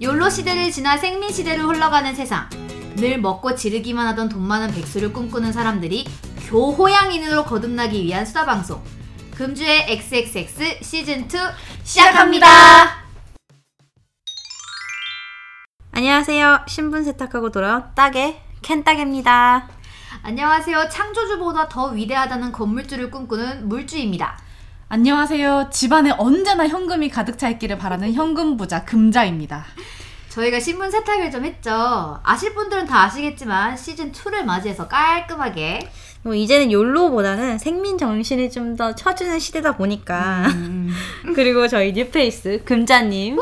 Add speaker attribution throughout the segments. Speaker 1: 욜로 시대를 지나 생민 시대로 흘러가는 세상. 늘 먹고 지르기만 하던 돈 많은 백수를 꿈꾸는 사람들이 교호양인으로 거듭나기 위한 수다 방송. 금주의 XXX 시즌 2 시작합니다.
Speaker 2: 안녕하세요. 신분 세탁하고 돌아온 따개 캔따개입니다.
Speaker 1: 안녕하세요. 창조주보다 더 위대하다는 건물주를 꿈꾸는 물주입니다.
Speaker 3: 안녕하세요. 집안에 언제나 현금이 가득 차 있기를 바라는 현금 부자 금자입니다.
Speaker 1: 저희가 신문 세탁을 좀 했죠. 아실 분들은 다 아시겠지만 시즌 2를 맞이해서 깔끔하게
Speaker 2: 뭐 이제는 욜로보다는 생민 정신을 좀 더 쳐주는 시대다 보니까 그리고 저희 뉴페이스 금자님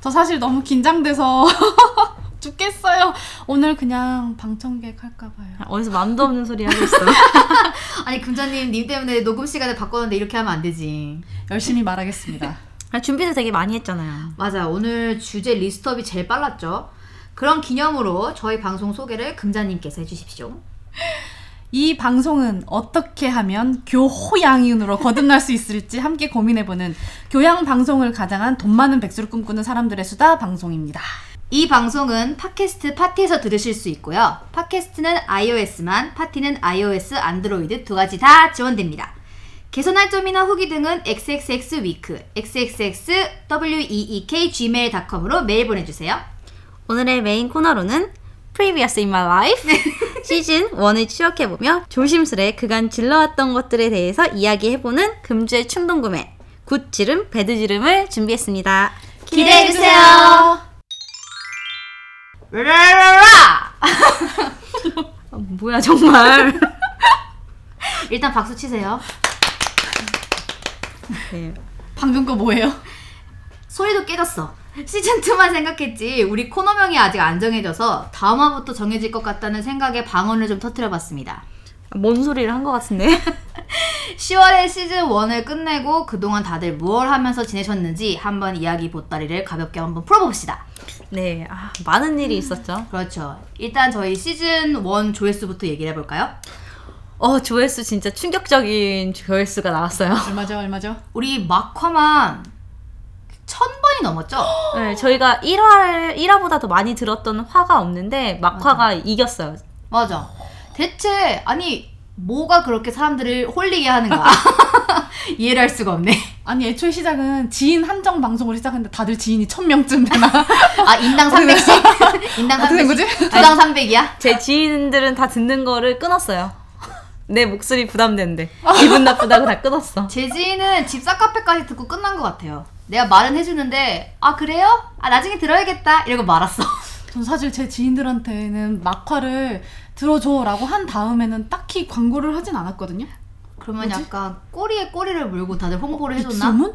Speaker 3: 저 사실 너무 긴장돼서 죽겠어요. 오늘 그냥 방청객 할까 봐요.
Speaker 2: 어디서 맘도 없는 소리 하고 있어.
Speaker 1: 아니 금자님 님 때문에 녹음 시간을 바꿨는데 이렇게 하면 안 되지.
Speaker 3: 열심히 말하겠습니다.
Speaker 2: 아, 준비도 되게 많이 했잖아요.
Speaker 1: 맞아 오늘 주제 리스트업이 제일 빨랐죠. 그런 기념으로 저희 방송 소개를 금자님께서 해주십시오.
Speaker 3: 이 방송은 어떻게 하면 교호양인으로 거듭날 수 있을지 함께 고민해보는 교양 방송을 가장한 돈 많은 백수를 꿈꾸는 사람들의 수다 방송입니다.
Speaker 1: 이 방송은 팟캐스트 파티에서 들으실 수 있고요. 팟캐스트는 iOS만, 파티는 iOS, 안드로이드 두 가지 다 지원됩니다. 개선할 점이나 후기 등은 xxxweek, xxxweekgmail.com으로 메일 보내주세요.
Speaker 2: 오늘의 메인 코너로는 Previous in My Life 시즌 1을 추억해보며 조심스레 그간 질러왔던 것들에 대해서 이야기해보는 금주의 충동구매 굿지름 배드지름을 준비했습니다.
Speaker 1: 기대해주세요. 라라라!
Speaker 2: 아, 뭐야 정말.
Speaker 1: 일단 박수 치세요.
Speaker 2: 네.
Speaker 3: 방금 거 뭐예요?
Speaker 1: 소리도 깨졌어. 시즌2만 생각했지 우리 코너명이 아직 안 정해져서 다음 화부터 정해질 것 같다는 생각에 방언을 좀 터뜨려봤습니다.
Speaker 2: 뭔 소리를 한 것 같은데?
Speaker 1: 10월에 시즌 1을 끝내고 그동안 다들 무얼 하면서 지내셨는지 한번 이야기 보따리를 가볍게 한번 풀어봅시다.
Speaker 2: 네, 아, 많은 일이 있었죠.
Speaker 1: 그렇죠. 일단 저희 시즌 1 조회수부터 얘기를 해볼까요?
Speaker 2: 어, 조회수 진짜 충격적인 조회수가 나왔어요.
Speaker 3: 얼마죠, 얼마죠?
Speaker 1: 우리 막화만 1000번이 넘었죠?
Speaker 2: 네, 저희가 1화를, 1화보다 더 많이 들었던 화가 없는데, 막화가 이겼어요.
Speaker 1: 맞아. 대체, 아니, 뭐가 그렇게 사람들을 홀리게 하는가? 이해를 할 수가 없네.
Speaker 3: 아니 애초에 시작은 지인 한정 방송으로 시작했는데 다들 지인이 1000명쯤 되나?
Speaker 1: 아, 인당 300씩? 인당
Speaker 3: 어떻게 된
Speaker 1: 300씩?
Speaker 3: 거지?
Speaker 1: 두당 300이야?
Speaker 2: 제 지인들은 다 듣는 거를 끊었어요. 내 목소리 부담된대. 기분 나쁘다고 다 끊었어.
Speaker 1: 재지는 집사 카페까지 듣고 끝난 것 같아요. 내가 말은 해주는데 아 그래요? 아 나중에 들어야겠다 이러고 말았어.
Speaker 3: 전 사실 제 지인들한테는 막화를 들어줘라고 한 다음에는 딱히 광고를 하진 않았거든요.
Speaker 1: 그러면 약간 꼬리에 꼬리를 물고 다들 홍보를 해줬나?
Speaker 3: 입소문?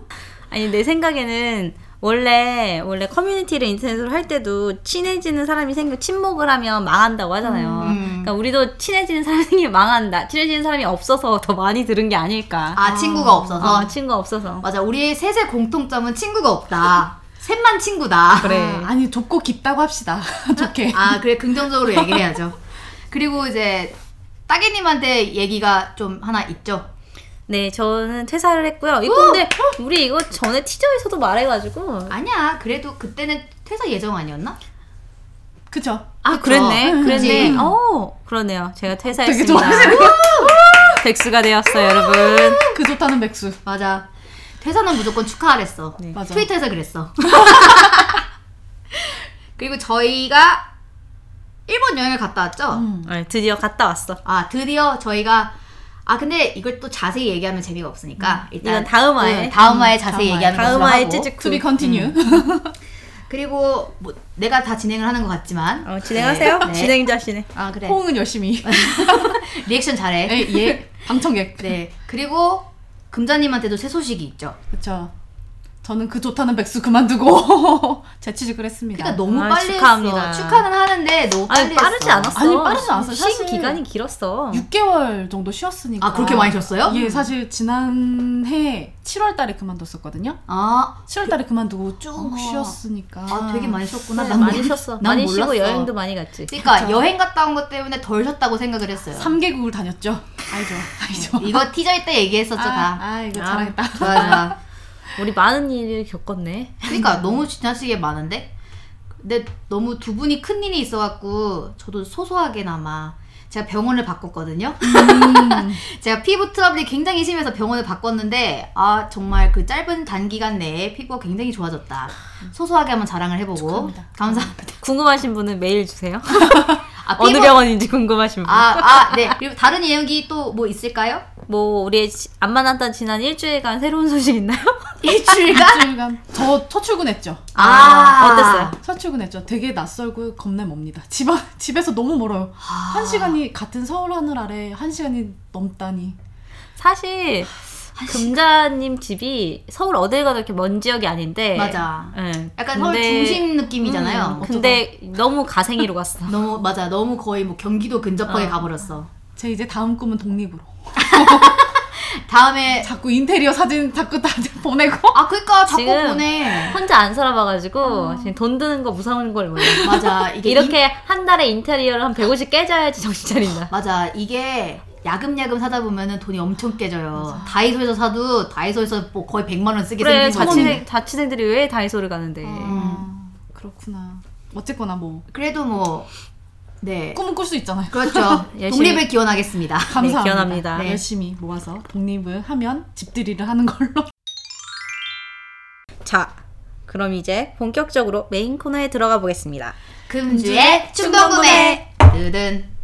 Speaker 2: 아니, 내 생각에는, 원래, 원래 커뮤니티를 인터넷으로 할 때도 친해지는 사람이 생겨 침묵을 하면 망한다고 하잖아요.
Speaker 1: 음.
Speaker 2: 그러니까 우리도 친해지는 사람이 생기면 망한다. 친해지는 사람이 없어서 더 많이 들은 게 아닐까.
Speaker 1: 아 친구가 없어서.
Speaker 2: 어, 친구 없어서.
Speaker 1: 맞아 우리의 셋의 공통점은 친구가 없다. 셋만 친구다.
Speaker 2: 그래.
Speaker 3: 아, 아니 좁고 깊다고 합시다. 좋게.
Speaker 1: 네. 아 그래 긍정적으로 얘기를 해야죠. 그리고 이제 따개님한테 얘기가 좀 하나 있죠.
Speaker 2: 네, 저는 퇴사를 했고요. 이
Speaker 3: 어,
Speaker 2: 근데 우리 이거 전에 티저에서도 말해가지고.
Speaker 1: 아니야 그래도 그때는 퇴사 예정 아니었나?
Speaker 3: 그쵸?
Speaker 2: 아, 그랬네.
Speaker 1: 그쵸.
Speaker 2: 그랬네.
Speaker 1: 그치.
Speaker 2: 어, 그러네요. 제가
Speaker 3: 되게
Speaker 2: 퇴사했습니다.
Speaker 3: 좋아하시는
Speaker 2: 백수가 되었어요, 여러분.
Speaker 3: 그 좋다는 백수.
Speaker 1: 맞아 퇴사는 무조건 축하하랬어.
Speaker 2: 네.
Speaker 3: 맞아.
Speaker 1: 트위터에서 그랬어. 그리고 저희가 일본 여행을 갔다 왔죠.
Speaker 3: 음.
Speaker 2: 네, 드디어 갔다 왔어.
Speaker 1: 아 드디어 저희가 아 근데 이걸 또 자세히 얘기하면 재미가 없으니까 일단
Speaker 2: 이건 다음 화에.
Speaker 1: 응, 다음 화에 자세히
Speaker 3: 다음 화에.
Speaker 1: 얘기하는 걸로
Speaker 2: 다음화의
Speaker 1: 하고
Speaker 2: 찌직투.
Speaker 3: 투비 컨티뉴.
Speaker 1: 음. 그리고 뭐 내가 다 진행을 하는 것 같지만
Speaker 2: 어, 진행하세요.
Speaker 1: 네, 네.
Speaker 2: 진행자시네.
Speaker 1: 아 그래
Speaker 3: 호응은 열심히.
Speaker 1: 리액션 잘해
Speaker 3: 에, 예. 방청객.
Speaker 1: 네 그리고 금자님한테도 새 소식이 있죠
Speaker 3: 그쵸. 저는 그 좋다는 백수 그만두고 재취직을 했습니다.
Speaker 1: 그러니까 너무
Speaker 2: 아,
Speaker 1: 빨리
Speaker 2: 축하합니다.
Speaker 1: 했어 축하는 하는데 너무 빨리
Speaker 2: 아니, 빠르지
Speaker 1: 했어.
Speaker 2: 않았어.
Speaker 3: 아니, 빠르지 않았어,
Speaker 2: 쉰
Speaker 3: 사실.
Speaker 2: 기간이 길었어.
Speaker 3: 6개월 정도 쉬었으니까.
Speaker 1: 아 그렇게 많이 줬어요?
Speaker 3: 예, 사실 지난해 7월 달에 그만뒀었거든요.
Speaker 1: 아,
Speaker 3: 7월 달에 그만두고 쭉
Speaker 1: 아.
Speaker 3: 쉬었으니까.
Speaker 1: 아 되게 많이 썼구나
Speaker 2: 그래,
Speaker 1: 난
Speaker 2: 네, 많이
Speaker 1: 몰라.
Speaker 2: 쉬었어.
Speaker 1: 난
Speaker 2: 많이 쉬고
Speaker 1: 몰랐어.
Speaker 2: 여행도 많이 갔지.
Speaker 1: 그러니까
Speaker 3: 그쵸.
Speaker 1: 여행 갔다 온 것 때문에 덜 쉬었다고 생각을 했어요
Speaker 3: 3개국을 다녔죠. 알죠. 알죠.
Speaker 1: 이거 티저일 때 얘기했었죠
Speaker 3: 아,
Speaker 1: 음. 그렇죠, 다
Speaker 3: 아, 이거
Speaker 2: 아.
Speaker 3: 잘했다.
Speaker 1: 좋아 좋아
Speaker 2: 우리 많은 일을 겪었네.
Speaker 1: 그러니까 너무 지나치게 많은데 근데 너무 두 분이 큰 일이 있어갖고 저도 소소하게나마 제가 병원을 바꿨거든요.
Speaker 2: 음.
Speaker 1: 제가 피부 트러블이 굉장히 심해서 병원을 바꿨는데 아 정말 그 짧은 단기간 내에 피부가 굉장히 좋아졌다. 소소하게 한번 자랑을 해보고
Speaker 3: 축하합니다.
Speaker 1: 감사합니다.
Speaker 2: 궁금하신 분은 메일 주세요.
Speaker 1: 아,
Speaker 2: 어느
Speaker 1: 피부-
Speaker 2: 병원인지 궁금하신 분.
Speaker 1: 아, 아, 네. 그리고 다른 이야기 또 뭐 있을까요?
Speaker 2: 뭐 우리의 지- 안 만났던 지난 일주일간 새로운 소식 있나요?
Speaker 1: 일주일간?
Speaker 3: 일주일간 저 처출근했죠.
Speaker 1: 아,
Speaker 3: 아.
Speaker 2: 어땠어요?
Speaker 3: 처출근했죠. 되게 낯설고 겁내 멉니다. 집 앞- 집에서 너무 멀어요. 한 시간이 같은 서울 하늘 아래 한 시간이 넘다니.
Speaker 2: 사실 금자님 집이 서울 어딜 가도 이렇게 먼 지역이 아닌데
Speaker 1: 맞아.
Speaker 2: 예,
Speaker 1: 약간 서울
Speaker 2: 근데-
Speaker 1: 중심 느낌이잖아요.
Speaker 2: 음, 근데 너무 가생이로 갔어.
Speaker 1: 너무 맞아. 너무 거의 뭐 경기도 근접하게
Speaker 2: 어.
Speaker 1: 가버렸어.
Speaker 3: 제 이제 다음 꿈은 독립으로.
Speaker 1: 다음에
Speaker 3: 자꾸 인테리어 사진 자꾸 다들 보내고.
Speaker 1: 아 그러니까 자꾸
Speaker 2: 지금-
Speaker 1: 보내.
Speaker 2: 혼자 안 살아봐가지고 지금 돈 드는 거 무서운 걸 몰라.
Speaker 1: 맞아. 이게 이-
Speaker 2: 이렇게 한 달에 인테리어를 한 150 깨져야지 정신 차린다.
Speaker 1: 맞아. 이게 야금야금 사다 보면은 돈이 엄청 깨져요. 다이소에서 사도 다이소에서 뭐 거의 100만 원 쓰게
Speaker 2: 그래
Speaker 1: 생긴 거지.
Speaker 2: 자취생 어. 자취생들이 왜 다이소를 가는데?
Speaker 3: 아, 그렇구나. 어쨌거나 뭐
Speaker 1: 그래도 뭐 네.
Speaker 3: 꿈은 꿀 수 있잖아요.
Speaker 1: 그렇죠.
Speaker 2: 열심히-
Speaker 1: 독립을 기원하겠습니다.
Speaker 3: 감사합니다.
Speaker 2: 기원합니다.
Speaker 1: 네.
Speaker 3: 열심히 모아서 독립을 하면 집들이를 하는 걸로.
Speaker 2: 자, 그럼 이제 본격적으로 메인 코너에 들어가 보겠습니다.
Speaker 1: 금주의 충동구매 드든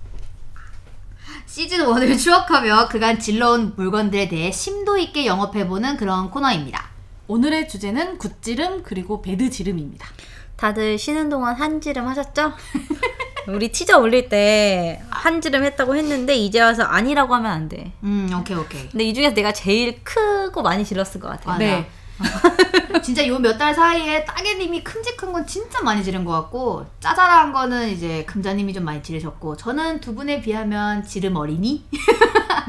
Speaker 1: 시즌 1을 추억하며 그간 질러온 물건들에 대해 심도 있게 영업해보는 그런 코너입니다.
Speaker 3: 오늘의 주제는 굿지름 그리고 배드지름입니다.
Speaker 2: 다들 쉬는 동안 한지름 하셨죠? 우리 티저 올릴 때 한지름 했다고 했는데 이제 와서 아니라고 하면 안 돼.
Speaker 1: 음, 오케이, 오케이.
Speaker 2: 근데 이 중에서 내가 제일 크고 많이 질렀을 것 같아.
Speaker 1: 맞아.
Speaker 3: 네.
Speaker 1: 진짜 요 몇 달 사이에 따개님이 큼직한 건 진짜 많이 지른 것 같고 짜잘한 거는 이제 금자님이 좀 많이 지르셨고 저는 두 분에 비하면 지름 어린이?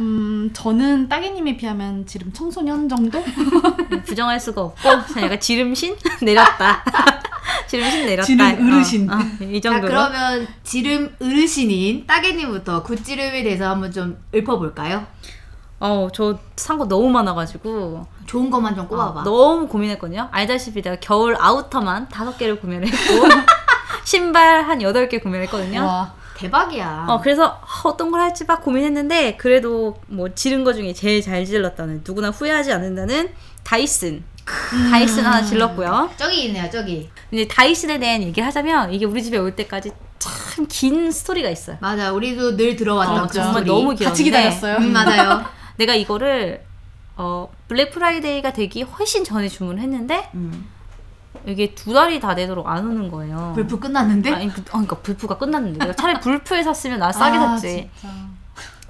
Speaker 3: 음, 저는 따개님에 비하면 지름 청소년 정도?
Speaker 2: 뭐 부정할 수가 없고 그냥 약간 지름신 내렸다. 지름신 내렸다.
Speaker 3: 지름 어르신.
Speaker 2: 어, 어, 이
Speaker 1: 자 그러니까
Speaker 2: 정도로.
Speaker 1: 그러면 지름 어르신인 따개님부터 굿지름에 대해서 한번 좀 읊어볼까요?
Speaker 2: 어, 저 산 거 너무 많아가지고
Speaker 1: 좋은 것만 좀
Speaker 2: 아,
Speaker 1: 꼽아봐.
Speaker 2: 너무 고민했거든요. 알다시피 내가 겨울 아우터만 다섯 개를 구매를 했고 신발 한 여덟 개 구매를 했거든요.
Speaker 3: 와,
Speaker 1: 대박이야.
Speaker 2: 어, 그래서 어떤 걸 할지 막 고민했는데 그래도 뭐 지른 거 중에 제일 잘 질렀다는 누구나 후회하지 않는다는 다이슨. 다이슨 하나 질렀고요.
Speaker 1: 저기 있네요, 저기.
Speaker 2: 근데 다이슨에 대한 얘기를 하자면 이게 우리 집에 올 때까지 참 긴 스토리가 있어요.
Speaker 1: 맞아, 우리도 늘 들어왔던
Speaker 3: 맞아.
Speaker 1: 그
Speaker 2: 정말
Speaker 1: 소리.
Speaker 2: 너무 귀여운데
Speaker 3: 같이 기다렸어요.
Speaker 1: 음, 맞아요.
Speaker 2: 내가 이거를 어, 블랙 프라이데이가 되기 훨씬 전에 주문을 했는데
Speaker 1: 음.
Speaker 2: 이게 두 달이 다 되도록 안 오는 거예요.
Speaker 1: 불프 끝났는데?
Speaker 2: 아니 그, 어, 그러니까 불프가 끝났는데 내가 차라리 불프에 샀으면 나 싸게
Speaker 3: 아,
Speaker 2: 샀지.
Speaker 3: 진짜.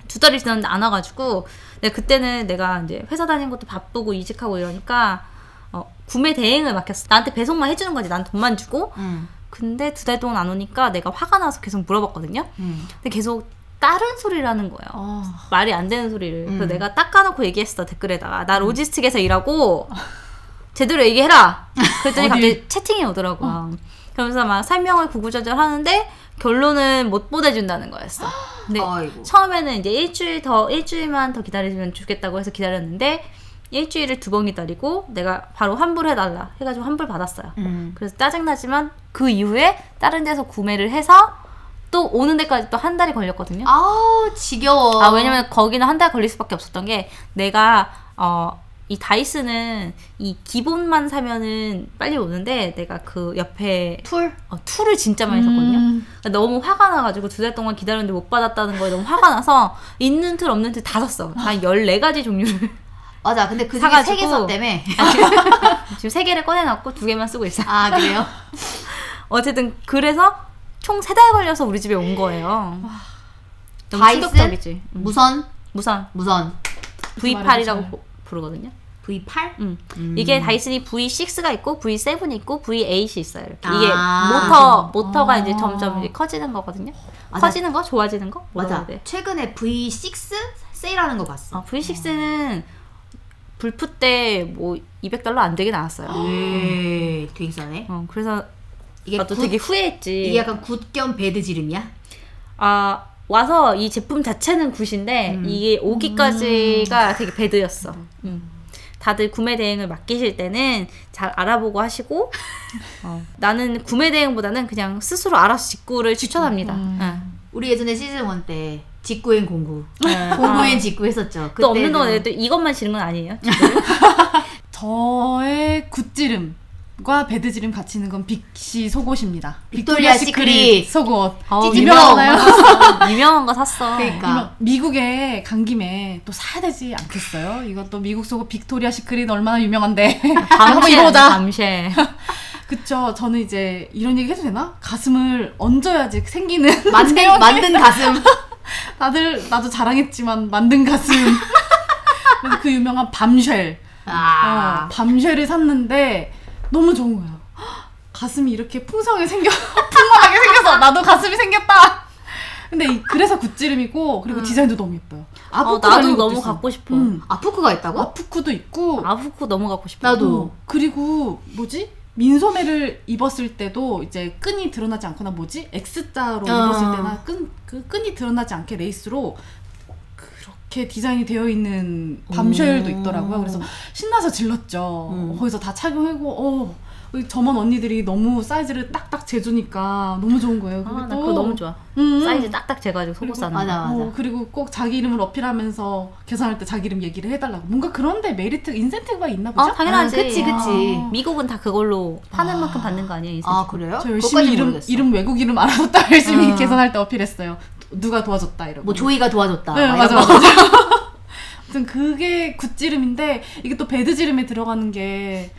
Speaker 2: 두 달이 지났는데 안 와가지고 내가 그때는 내가 이제 회사 다니는 것도 바쁘고 이직하고 이러니까 어, 구매 대행을 맡겼어. 나한테 배송만 해주는 거지. 난 돈만 주고.
Speaker 1: 음,
Speaker 2: 근데 두 달 동안 안 오니까 내가 화가 나서 계속 물어봤거든요.
Speaker 1: 음.
Speaker 2: 근데 계속 다른 소리를 하는 거예요.
Speaker 3: 어,
Speaker 2: 말이 안 되는 소리를. 그래서
Speaker 1: 음.
Speaker 2: 내가 닦아놓고 얘기했어 댓글에다가 나 로지스틱에서 일하고 제대로 얘기해라. 그랬더니 갑자기 채팅이 오더라고. 요 그러면서 막 설명을 구구절절 하는데 결론은 못 보내준다는 거였어. 근데
Speaker 1: 아이고.
Speaker 2: 처음에는 이제 일주일 더 일주일만 더 기다리면 좋겠다고 해서 기다렸는데 일주일을 두 번 기다리고 내가 바로 환불해달라 해가지고 환불 받았어요.
Speaker 1: 음.
Speaker 2: 그래서 짜증나지만 그 이후에 다른 데서 구매를 해서 또 오는 데까지 또 한 달이 걸렸거든요.
Speaker 1: 아우, 지겨워.
Speaker 2: 아 왜냐면 거기는 한 달 걸릴 수밖에 없었던 게 내가 어 이 다이슨은 이 기본만 사면은 빨리 오는데 내가 그 옆에
Speaker 1: 툴?
Speaker 2: 어, 툴을 진짜 많이 샀거든요.
Speaker 3: 음,
Speaker 2: 그러니까 너무 화가 나가지고 두 달 동안 기다렸는데 못 받았다는 거에 너무 화가 나서 있는 툴 없는 툴 다 샀어. 한 14가지 종류를.
Speaker 1: 맞아, 근데 그 중에
Speaker 2: 사가지고.
Speaker 1: 세개 썼다며.
Speaker 2: 아, 지금, 지금 3개를 꺼내놨고 2개만 쓰고 있어.
Speaker 1: 아, 그래요?
Speaker 2: 어쨌든 그래서 총 3달 걸려서 우리 집에 온 거예요. 너무
Speaker 1: 다이슨?
Speaker 2: 충격적이지. 음.
Speaker 1: 무선?
Speaker 2: 무선
Speaker 1: 무선.
Speaker 3: 말해보세요.
Speaker 2: V8이라고 부르거든요.
Speaker 1: V8?
Speaker 2: 음.
Speaker 1: 음.
Speaker 2: 이게 다이슨이 V6가 있고 V7이 있고 V8이 있어요. 이렇게. 이게
Speaker 1: 아.
Speaker 2: 모터 모터가 이제
Speaker 3: 아.
Speaker 2: 점점 이제 커지는 거거든요.
Speaker 1: 맞아.
Speaker 2: 커지는 거, 좋아지는 거. 뭐라고
Speaker 1: 맞아.
Speaker 2: 해야 돼?
Speaker 1: 최근에 V6 세일하는 거 봤어.
Speaker 2: 어, V6는 불프 때 뭐 200달러 안 되게 나왔어요.
Speaker 1: 에이, 네, 되게 싸네.
Speaker 2: 어, 그래서
Speaker 1: 아. 이게
Speaker 2: 나도
Speaker 1: 굿-
Speaker 2: 되게 예. 후회했지.
Speaker 1: 이게 약간 굿겸 배드 지름이야?
Speaker 2: 아, 와서 이 제품 자체는 굿인데
Speaker 1: 음.
Speaker 2: 이게 오기까지가 되게 배드였어. 음. 다들 구매 대행을 맡기실 때는 잘 알아보고 하시고 어, 나는 구매 대행보다는 그냥 스스로 알아서 직구를 추천합니다. 어.
Speaker 3: 음.
Speaker 2: 응.
Speaker 1: 우리 예전에 시즌 1 때 직구엔 공구,
Speaker 2: 응.
Speaker 1: 공구엔 직구 했었죠.
Speaker 2: 아. 또 어. 없는 동안
Speaker 1: 음. 그때는
Speaker 2: 내가 또 이것만 지는 건 아니에요.
Speaker 3: 저의 굿지름과 배드지름 같이 있는 건 빅시 속옷입니다.
Speaker 1: 빅토리아 시크릿.
Speaker 3: 속옷.
Speaker 1: 어,
Speaker 3: 유명하나요?
Speaker 2: 유명한 거 샀어.
Speaker 1: 그러니까
Speaker 3: 이거 미국에 간 김에 또 사야 되지 않겠어요? 이건 또 미국 속옷 빅토리아 시크릿 얼마나 유명한데. 한번
Speaker 2: 밤새
Speaker 3: 입어보자.
Speaker 2: 밤새.
Speaker 3: 그쵸. 저는 이제 이런 얘기 해도 되나? 가슴을 얹어야지 생기는.
Speaker 1: 만든
Speaker 3: 체형이.
Speaker 1: 만든 가슴.
Speaker 3: 다들 나도 자랑했지만 만든 가슴. 그래서 그 유명한 밤쉘.
Speaker 1: 아,
Speaker 3: 어, 밤쉘을 샀는데 너무 좋은 거야. 헉, 가슴이 이렇게 풍성하게 생겨, 풍만하게 생겨서 나도 가슴이 생겼다. 근데 이- 그래서 굿지름이고 그리고 디자인도 너무 예뻐요.
Speaker 2: 음. 어,
Speaker 3: 아프쿠
Speaker 2: 나도
Speaker 3: 달린 것도
Speaker 2: 너무
Speaker 3: 있어요.
Speaker 2: 갖고 싶어.
Speaker 3: 음,
Speaker 1: 아프쿠가 있다고?
Speaker 3: 아프쿠도 있고
Speaker 2: 아프쿠 너무 갖고 싶어.
Speaker 1: 나도.
Speaker 3: 어, 그리고 뭐지? 민소매를 입었을 때도 이제 끈이 드러나지 않거나 뭐지? X자로
Speaker 2: 아.
Speaker 3: 입었을
Speaker 1: 어.
Speaker 3: 때나 끈, 그 끈이 드러나지 않게 레이스로 그렇게 디자인이 되어 있는 밤쉘도
Speaker 1: 오.
Speaker 3: 있더라고요. 그래서 신나서 질렀죠.
Speaker 1: 음.
Speaker 3: 거기서 다 착용하고 어, 우리 점원 언니들이 너무 사이즈를 딱딱 재주니까 너무 좋은 거예요.
Speaker 2: 아,
Speaker 3: 그리고
Speaker 2: 나
Speaker 3: 또-
Speaker 2: 그거 너무 좋아.
Speaker 3: 음.
Speaker 2: 사이즈 딱딱 재가지고 속옷
Speaker 3: 그리고-
Speaker 2: 사는 거.
Speaker 1: 맞아 맞아.
Speaker 3: 어, 그리고 꼭 자기 이름을 어필하면서 계산할 때 자기 이름 얘기를 해달라고. 뭔가 그런데 메리트, 인센티브가 있나 보죠?
Speaker 2: 어, 당연하지.
Speaker 1: 아, 그치 그치.
Speaker 3: 아.
Speaker 2: 미국은 다 그걸로 파는
Speaker 3: 아.
Speaker 2: 만큼 받는 거 아니에요?
Speaker 1: 아 그래요?
Speaker 3: 저 열심히
Speaker 1: 그것까진
Speaker 3: 이름,
Speaker 1: 모르겠어.
Speaker 3: 이름 외국 이름 알아뒀다 열심히
Speaker 1: 음.
Speaker 3: 계산할 때 어필했어요. 도- 누가 도와줬다 이러고.
Speaker 1: 뭐 조이가 도와줬다.
Speaker 3: 네,
Speaker 1: 막
Speaker 3: 맞아
Speaker 1: 이런 거.
Speaker 3: 맞아. 아무튼 그게 굿지름인데 이게 또 배드지름에 들어가는 게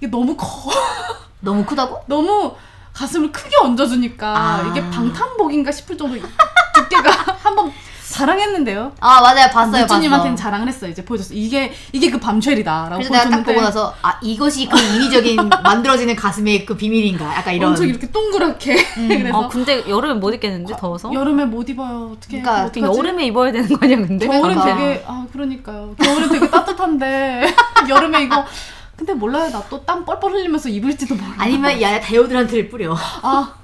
Speaker 3: 이게 너무 커.
Speaker 1: 너무 크다고?
Speaker 3: 너무 가슴을 크게 얹어주니까
Speaker 1: 아.
Speaker 3: 이게 방탄복인가 싶을 정도 두께가 한번 자랑했는데요.
Speaker 1: 아 맞아요 봤어요 봤어.
Speaker 3: 유진님한테는 자랑을 했어요. 이제 보여줬어. 이게 이게 그 밤쉘이다라고
Speaker 1: 그래서 내가 딱
Speaker 3: 보여줬는데
Speaker 1: 보고 나서 아 이것이 그 인위적인 만들어지는 가슴의 그 비밀인가? 약간 이런. 음.
Speaker 3: 엄청 이렇게 동그랗게 그래서
Speaker 2: 어, 근데 여름에 못 입겠는데 더워서?
Speaker 3: 아, 여름에 못 입어요. 어떻게
Speaker 1: 그러니까
Speaker 2: 어떻게 여름에 입어야 되는 거냐 근데?
Speaker 3: 겨울은
Speaker 1: 그러니까.
Speaker 3: 되게 아 그러니까요. 겨울은 되게 따뜻한데 여름에 이거 근데 몰라요. 나 또 땀 뻘뻘 흘리면서 입을지도 몰라.
Speaker 1: 아니면 야야 데오드란트를 뿌려.
Speaker 3: 아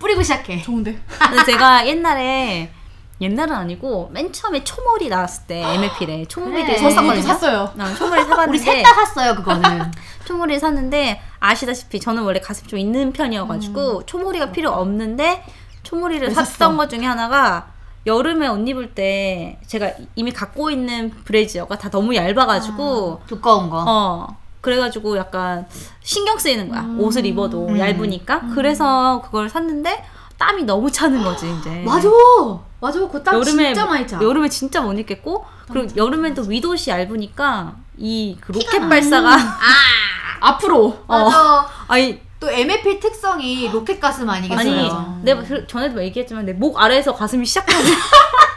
Speaker 1: 뿌리고 시작해.
Speaker 3: 좋은데.
Speaker 2: 아, 근데 제가 옛날에 옛날은 아니고 맨 처음에 초mol이 나왔을 때 MLP래 초몰이를
Speaker 1: 그래.
Speaker 3: 저도
Speaker 1: 샀거든요?
Speaker 3: 네. 이것도 샀어요.
Speaker 2: 난 초몰이 사봤는데
Speaker 1: 우리 셋 다 샀어요 그거는.
Speaker 2: 초몰이를 샀는데 아시다시피 저는 원래 가슴 좀 있는 편이어가지고 초몰이가 필요 없는데 초몰이를
Speaker 3: 음. 왜
Speaker 2: 샀던
Speaker 3: 샀어?
Speaker 2: 것 중에 하나가 여름에 옷 입을 때 제가 이미 갖고 있는 브래지어가 다 너무 얇아가지고
Speaker 1: 두꺼운 거.
Speaker 2: 어 그래가지고 약간 신경 쓰이는 거야
Speaker 3: 음.
Speaker 2: 옷을 입어도
Speaker 1: 음.
Speaker 2: 얇으니까 그래서 그걸 샀는데 땀이 너무 차는 거지 이제
Speaker 3: 네.
Speaker 1: 맞아. 맞아. 그땀
Speaker 2: 여름에
Speaker 1: 진짜 많이 짜.
Speaker 2: 여름에 진짜 못 입겠고 그리고 여름엔 또 위도시 얇으니까 이그 로켓
Speaker 1: 나.
Speaker 2: 발사가
Speaker 3: 앞으로
Speaker 1: 맞아.
Speaker 2: 아니
Speaker 1: 또 MFP 특성이 로켓 가슴
Speaker 2: 아니
Speaker 1: 아니겠어요?
Speaker 2: 내가 그- 전에도 얘기했지만 내 목 아래에서 가슴이 시작하고